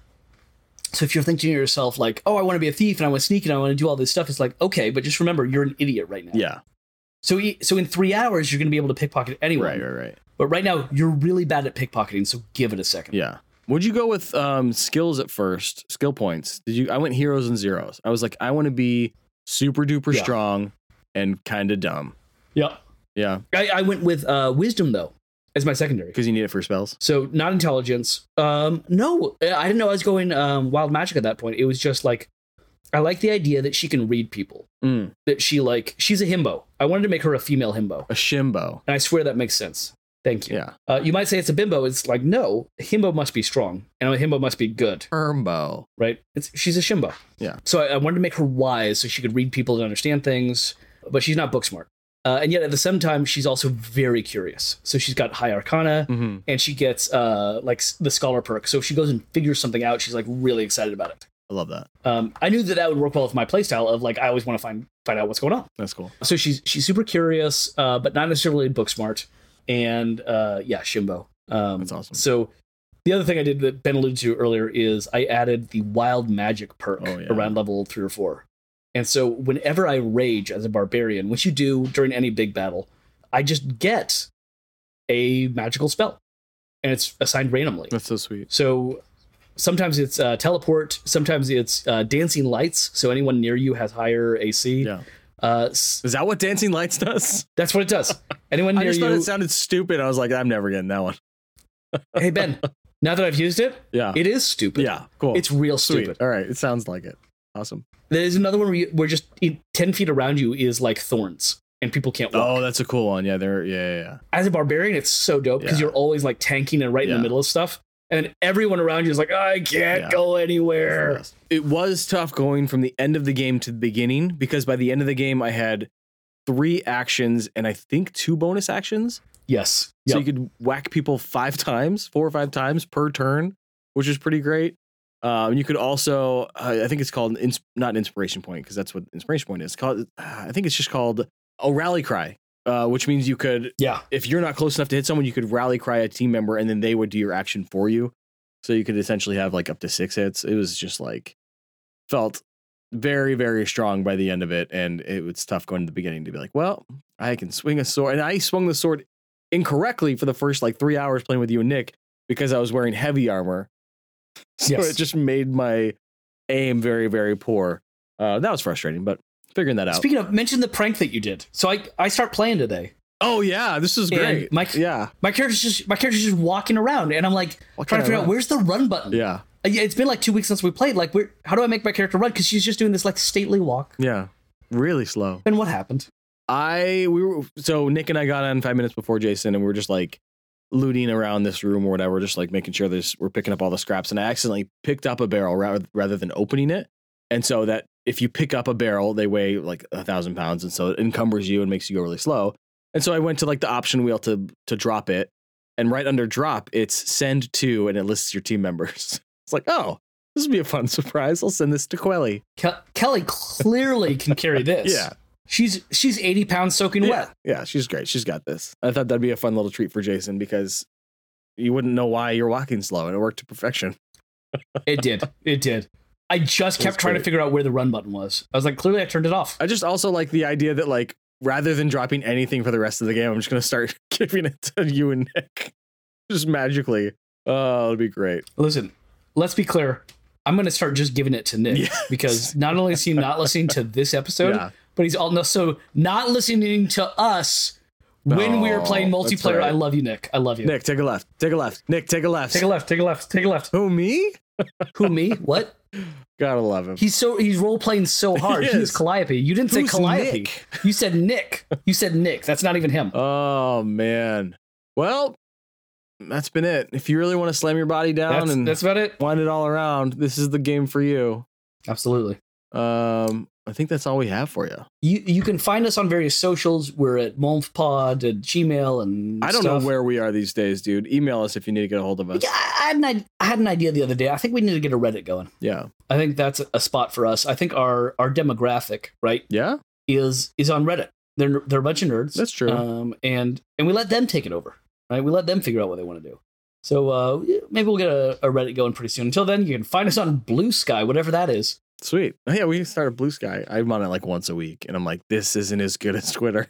[SPEAKER 1] So if you're thinking to yourself like, "Oh, I want to be a thief and I want to sneak and I want to do all this stuff," it's like, okay, but just remember, you're an idiot right now.
[SPEAKER 2] Yeah,
[SPEAKER 1] So e- so in three hours, you're going to be able to pickpocket anyone.
[SPEAKER 2] right, right, right.
[SPEAKER 1] But right now, you're really bad at pickpocketing, so give it a second.
[SPEAKER 2] Yeah. Would you go with um, skills at first, skill points? Did you? I went heroes and zeros. I was like, I want to be super duper
[SPEAKER 1] Yeah.
[SPEAKER 2] strong and kind of dumb.
[SPEAKER 1] Yeah.
[SPEAKER 2] Yeah,
[SPEAKER 1] I, I went with uh, wisdom though as my secondary.
[SPEAKER 2] because you need it for spells.
[SPEAKER 1] So not intelligence. Um, no, I didn't know I was going um, wild magic at that point. It was just like I like the idea that she can read people.
[SPEAKER 2] Mm,
[SPEAKER 1] That she like she's a himbo. I wanted to make her a female himbo,
[SPEAKER 2] a shimbo.
[SPEAKER 1] and I swear that makes sense. Thank you.
[SPEAKER 2] Yeah.
[SPEAKER 1] Uh, you might say it's a bimbo. It's like no, a himbo must be strong, and a himbo must be good,
[SPEAKER 2] Hermbo.
[SPEAKER 1] right? It's she's a shimbo.
[SPEAKER 2] Yeah.
[SPEAKER 1] So I, I wanted to make her wise, so she could read people and understand things, but she's not book smart. Uh, and yet at the same time, she's also very curious. So she's got high arcana.
[SPEAKER 2] Mm-hmm.
[SPEAKER 1] and she gets uh like s- the scholar perk. So if she goes and figures something out, she's like really excited about it.
[SPEAKER 2] I love that.
[SPEAKER 1] Um, I knew that that would work well with my playstyle of like I always want to find find out what's going on.
[SPEAKER 2] That's cool.
[SPEAKER 1] So she's she's super curious, uh, but not necessarily book smart. And uh, yeah, Shimbo. Um,
[SPEAKER 2] That's awesome.
[SPEAKER 1] So the other thing I did that Ben alluded to earlier is I added the wild magic perk
[SPEAKER 2] Oh, yeah.
[SPEAKER 1] around level three or four. And so whenever I rage as a barbarian, which you do during any big battle, I just get a magical spell, and it's assigned randomly.
[SPEAKER 2] That's so sweet.
[SPEAKER 1] So sometimes it's uh, teleport, sometimes it's uh, dancing lights. So anyone near you has higher AC.
[SPEAKER 2] Yeah.
[SPEAKER 1] Uh, s-
[SPEAKER 2] Is that what Dancing Lights (laughs) does?
[SPEAKER 1] that's what it does. Anyone
[SPEAKER 2] I
[SPEAKER 1] near
[SPEAKER 2] just
[SPEAKER 1] you?
[SPEAKER 2] thought it sounded stupid. I was like, I'm never getting that one. (laughs)
[SPEAKER 1] hey Ben, now that I've used it,
[SPEAKER 2] Yeah.
[SPEAKER 1] it is stupid.
[SPEAKER 2] Uh, yeah. Cool.
[SPEAKER 1] It's real
[SPEAKER 2] sweet.
[SPEAKER 1] stupid.
[SPEAKER 2] All right. It sounds like it. Awesome.
[SPEAKER 1] There's another one where, you, where just in, ten feet around you is like thorns, and people can't walk.
[SPEAKER 2] Oh, that's a cool one. Yeah, there. Yeah, yeah, yeah.
[SPEAKER 1] As a barbarian, it's so dope because
[SPEAKER 2] Yeah.
[SPEAKER 1] you're always like tanking and right in
[SPEAKER 2] Yeah.
[SPEAKER 1] the middle of stuff, and everyone around you is like, I can't
[SPEAKER 2] Yeah.
[SPEAKER 1] go anywhere.
[SPEAKER 2] It was tough going from the end of the game to the beginning because by the end of the game, I had three actions and I think two bonus actions.
[SPEAKER 1] Yes.
[SPEAKER 2] So
[SPEAKER 1] Yep.
[SPEAKER 2] you could whack people five times, four or five times per turn, which is pretty great. Um, you could also, uh, I think it's called an ins- not an inspiration point because that's what inspiration point is. Called, I think it's just called a rally cry, uh, which means you could
[SPEAKER 1] yeah.
[SPEAKER 2] if you're not close enough to hit someone, you could rally cry a team member and then they would do your action for you. So you could essentially have like up to six hits. It was just like felt very, very strong by the end of it. And it was tough going to the beginning to be like, well, I can swing a sword. And I swung the sword incorrectly for the first like three hours playing with you and Nick because I was wearing heavy armor. (laughs) So
[SPEAKER 1] Yes.
[SPEAKER 2] it just made my aim very, very poor. Uh, that was frustrating, but figuring that out.
[SPEAKER 1] Speaking of, mention the prank that you did. So I I start playing today.
[SPEAKER 2] oh, yeah, this is
[SPEAKER 1] And
[SPEAKER 2] great.
[SPEAKER 1] Mike-
[SPEAKER 2] yeah.
[SPEAKER 1] My character's just my character's just walking around, and I'm like
[SPEAKER 2] What
[SPEAKER 1] trying
[SPEAKER 2] can I
[SPEAKER 1] to figure out
[SPEAKER 2] run?
[SPEAKER 1] where's the run button.
[SPEAKER 2] Yeah.
[SPEAKER 1] Uh, yeah, it's been like two weeks since we played. Like, where, how do I make my character run? Because she's just doing this like stately walk.
[SPEAKER 2] Yeah. Really slow.
[SPEAKER 1] And what happened?
[SPEAKER 2] I we were so Nick and I got on five minutes before Jason, and we were just like looting around this room or whatever, just like making sure there's we're picking up all the scraps. And I accidentally picked up a barrel rather rather than opening it, and so that if you pick up a barrel, they weigh like a thousand pounds, and so it encumbers you and makes you go really slow. And so I went to like the option wheel to to drop it, and right under drop, it's send to, and it lists your team members. (laughs) It's like, oh, this would be a fun (laughs) surprise. I'll send this to Quelly.
[SPEAKER 1] Ke- Kelly clearly (laughs) can carry this.
[SPEAKER 2] Yeah.
[SPEAKER 1] she's she's 80 pounds soaking
[SPEAKER 2] yeah.
[SPEAKER 1] wet.
[SPEAKER 2] Yeah, she's great. She's got this. I thought that'd be a fun little treat for Jason because you wouldn't know why you're walking slow, and it worked to perfection.
[SPEAKER 1] It did. It did. I just
[SPEAKER 2] That's
[SPEAKER 1] kept trying to
[SPEAKER 2] great.
[SPEAKER 1] figure out where the run button was. I was like, clearly I turned it off.
[SPEAKER 2] I just also like the idea that like rather than dropping anything for the rest of the game, I'm just gonna start (laughs) giving it to you and Nick (laughs) just magically. Oh, it'd be great.
[SPEAKER 1] Listen, let's be clear. I'm going to start just giving it to Nick
[SPEAKER 2] Yes.
[SPEAKER 1] (laughs) because not only is he not listening to this episode,
[SPEAKER 2] Yeah.
[SPEAKER 1] but he's also not listening to us when we were
[SPEAKER 2] No,
[SPEAKER 1] playing
[SPEAKER 2] Oh, that's
[SPEAKER 1] multiplayer.
[SPEAKER 2] right.
[SPEAKER 1] I love you, Nick. I love you.
[SPEAKER 2] Nick, take a left. Take a left. Nick, take a left.
[SPEAKER 1] Take a left. Take a left. Take
[SPEAKER 2] (laughs)
[SPEAKER 1] a left.
[SPEAKER 2] Who me?
[SPEAKER 1] Who me? What?
[SPEAKER 2] Gotta love him.
[SPEAKER 1] He's so he's role playing so hard. He
[SPEAKER 2] (laughs) He
[SPEAKER 1] is
[SPEAKER 2] is.
[SPEAKER 1] Calliope. You didn't say
[SPEAKER 2] Who's
[SPEAKER 1] Calliope.
[SPEAKER 2] Nick?
[SPEAKER 1] You said Nick. You said Nick. That's not even him.
[SPEAKER 2] Oh man. Well, that's been it. If you really want to slam your body down
[SPEAKER 1] that's,
[SPEAKER 2] and
[SPEAKER 1] that's about it.
[SPEAKER 2] wind it all around, this is the game for you.
[SPEAKER 1] Absolutely.
[SPEAKER 2] Um, I think that's all we have for you.
[SPEAKER 1] You you can find us on various socials. We're at MonfPod and Gmail and
[SPEAKER 2] I don't
[SPEAKER 1] stuff.
[SPEAKER 2] know where we are these days, dude. Email us if you need to get a hold of us.
[SPEAKER 1] Yeah, I had an id- I had an idea the other day. I think we need to get a Reddit going.
[SPEAKER 2] Yeah.
[SPEAKER 1] I think that's a spot for us. I think our our demographic right
[SPEAKER 2] Yeah.
[SPEAKER 1] is is on Reddit. They're they're a bunch of nerds.
[SPEAKER 2] That's true.
[SPEAKER 1] Um, and and we let them take it over. Right, we let them figure out what they want to do. So uh, maybe we'll get a, a Reddit going pretty soon. Until then, you can find us on Blue Sky, whatever that is.
[SPEAKER 2] Sweet. Oh, yeah, we started Blue Sky. I'm on it like once a week, and I'm like, this isn't as good as Twitter.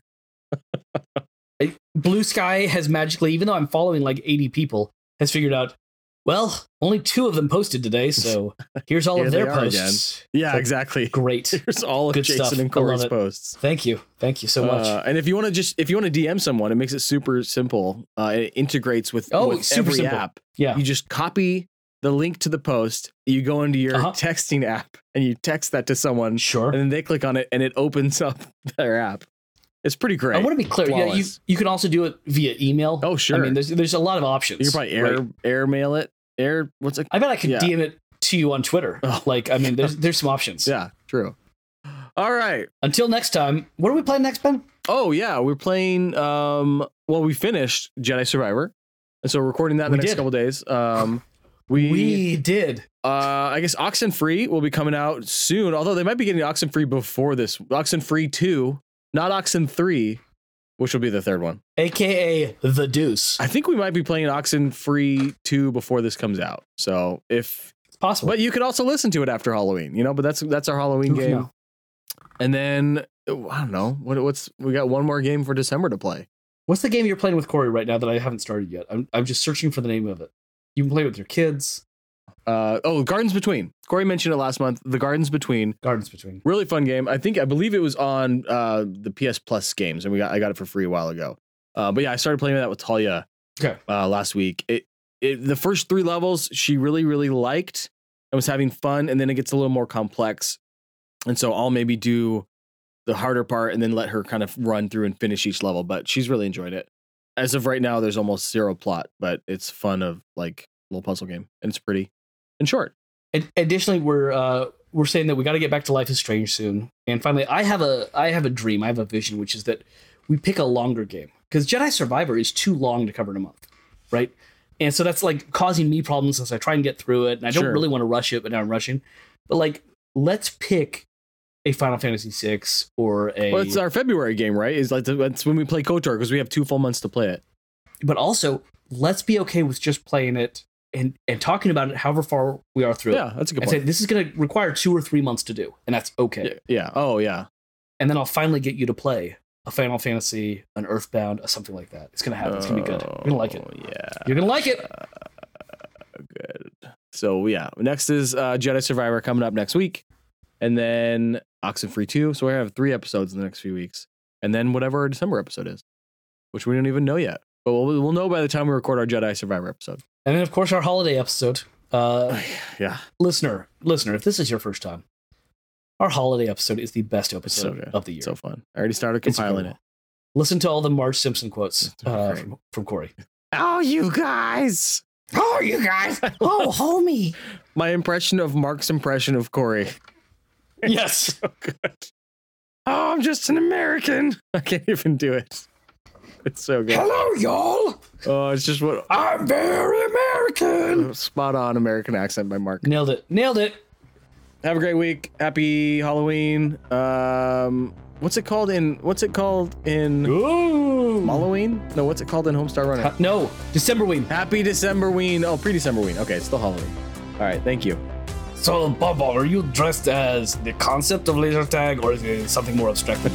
[SPEAKER 2] (laughs)
[SPEAKER 1] Blue Sky has magically, even though I'm following like 80 people, has figured out. Well, only two of them
[SPEAKER 2] (laughs)
[SPEAKER 1] posted today, so here's all
[SPEAKER 2] Here
[SPEAKER 1] of their
[SPEAKER 2] they are again.
[SPEAKER 1] posts.
[SPEAKER 2] Yeah, (laughs)
[SPEAKER 1] Like-
[SPEAKER 2] exactly.
[SPEAKER 1] Great,
[SPEAKER 2] Here's all of
[SPEAKER 1] Good
[SPEAKER 2] Jason
[SPEAKER 1] stuff.
[SPEAKER 2] and
[SPEAKER 1] I love
[SPEAKER 2] Corey's
[SPEAKER 1] it.
[SPEAKER 2] posts.
[SPEAKER 1] thank you, thank you so much.
[SPEAKER 2] Uh, and if you want to just if you want to DM someone, it makes it super simple. Uh, it integrates with
[SPEAKER 1] Oh,
[SPEAKER 2] with
[SPEAKER 1] super
[SPEAKER 2] every
[SPEAKER 1] simple.
[SPEAKER 2] app.
[SPEAKER 1] Yeah.
[SPEAKER 2] you just copy the link to the post. You go into your
[SPEAKER 1] Uh-huh.
[SPEAKER 2] texting app and you text that to someone,
[SPEAKER 1] sure.
[SPEAKER 2] and then they click on it, and it opens (laughs) up their app. It's pretty great.
[SPEAKER 1] I want to be clear. Yeah, you
[SPEAKER 2] Flawless.
[SPEAKER 1] you can also do it via email.
[SPEAKER 2] oh
[SPEAKER 1] I
[SPEAKER 2] sure,
[SPEAKER 1] mean, there's there's a lot of options.
[SPEAKER 2] you can probably air
[SPEAKER 1] Right.
[SPEAKER 2] air mail it. Air what's it?
[SPEAKER 1] I bet I could
[SPEAKER 2] Yeah.
[SPEAKER 1] DM it to you on Twitter.
[SPEAKER 2] Oh.
[SPEAKER 1] Like, I
[SPEAKER 2] (laughs)
[SPEAKER 1] mean, there's there's some options.
[SPEAKER 2] Yeah, true. All right.
[SPEAKER 1] Until next time, what are we playing next, Ben?
[SPEAKER 2] Oh yeah, we're playing. Um, well, we finished Jedi Survivor, and so we're recording that in the
[SPEAKER 1] We
[SPEAKER 2] next
[SPEAKER 1] did.
[SPEAKER 2] couple days. Um, we,
[SPEAKER 1] (gasps) We did.
[SPEAKER 2] uh, I guess Oxen Free will be coming out soon. Although they might be getting Oxen Free before this. Oxen Free two, not Oxen three, which will be the third one.
[SPEAKER 1] AKA the deuce.
[SPEAKER 2] I think we might be playing Oxen Free two before this comes out. So if,
[SPEAKER 1] It's possible.
[SPEAKER 2] but you could also listen to it after Halloween, you know. But that's that's our Halloween
[SPEAKER 1] Who can
[SPEAKER 2] game.
[SPEAKER 1] know?
[SPEAKER 2] And then oh, I don't know what what's we got one more game for December to play.
[SPEAKER 1] What's the game you're playing with Corey right now that I haven't started yet? I'm I'm just searching for the name of it. You can play with your kids.
[SPEAKER 2] Uh, oh, Gardens Between. Corey mentioned it last month. The Gardens Between,
[SPEAKER 1] Gardens between.
[SPEAKER 2] really fun game. I think I believe it was on uh, the PS Plus games, and we got I got it for free a while ago. Uh, but yeah, I started playing that with Talia
[SPEAKER 1] Okay.
[SPEAKER 2] uh, last week. It, it the first three levels she really really liked and was having fun, and then it gets a little more complex, and so I'll maybe do the harder part and then let her kind of run through and finish each level. But she's really enjoyed it. As of right now, there's almost zero plot, but it's fun of like little puzzle game and it's pretty and short.
[SPEAKER 1] Ad- additionally, we're uh, we're saying that we got to get back to Life is Strange soon. And finally, I have a I have a dream, I have a vision, which is that we pick a longer game because Jedi Survivor is too long to cover in a month, right? And so that's like causing me problems as I try and get through it, and I
[SPEAKER 2] Sure.
[SPEAKER 1] don't really want to rush it, but now I'm rushing. But like, let's pick a Final Fantasy VI or a
[SPEAKER 2] Well, it's our February game, right? Is like the, that's when we play Kotor because we have two full months to play it.
[SPEAKER 1] but also let's be okay with just playing it and and talking about it however far we are through it.
[SPEAKER 2] Yeah, that's a good
[SPEAKER 1] and say
[SPEAKER 2] point.
[SPEAKER 1] this is going to require two or three months to do and that's okay
[SPEAKER 2] Yeah, yeah. Oh, yeah.
[SPEAKER 1] and then i'll finally get you to play a final fantasy an earthbound or something like that it's going to happen it's going to be good you're going to like it
[SPEAKER 2] Oh, Yeah.
[SPEAKER 1] you're going to like it
[SPEAKER 2] So yeah, next is uh, Jedi Survivor coming up next week, and then Oxenfree Two. So we have three episodes in the next few weeks, and then whatever our December episode is, which we don't even know yet. But we'll, we'll know by the time we record our Jedi Survivor episode.
[SPEAKER 1] and then of course our holiday episode uh
[SPEAKER 2] yeah,
[SPEAKER 1] listener listener if this is your first time our holiday episode is the best episode
[SPEAKER 2] good.
[SPEAKER 1] of the year
[SPEAKER 2] so fun. I already started
[SPEAKER 1] It's
[SPEAKER 2] compiling it.
[SPEAKER 1] incredible. listen to all the marge simpson quotes
[SPEAKER 2] It's
[SPEAKER 1] uh,
[SPEAKER 2] great.
[SPEAKER 1] from, from corey
[SPEAKER 2] Oh, you guys!
[SPEAKER 1] (laughs) oh you guys oh homie
[SPEAKER 2] My impression of Mark's impression of Corey.
[SPEAKER 1] (laughs) yes
[SPEAKER 2] (laughs) Oh, I'm just an American. (laughs) I can't even do it. It's so good.
[SPEAKER 1] hello y'all
[SPEAKER 2] (laughs) Oh, it's just what
[SPEAKER 1] I'm very American.
[SPEAKER 2] spot on American accent by Mark.
[SPEAKER 1] Nailed it. Nailed it.
[SPEAKER 2] Have a great week. Happy Halloween. Um, what's it called in? What's it called in
[SPEAKER 1] Ooh.
[SPEAKER 2] Halloween? No, what's it called in Homestar Runner?
[SPEAKER 1] No, December ween.
[SPEAKER 2] Happy Decemberween. Oh, pre-Decemberween. Okay, it's still Halloween. All right, thank you.
[SPEAKER 1] So, Bubba, are you dressed as the concept of laser tag or is it something more abstract?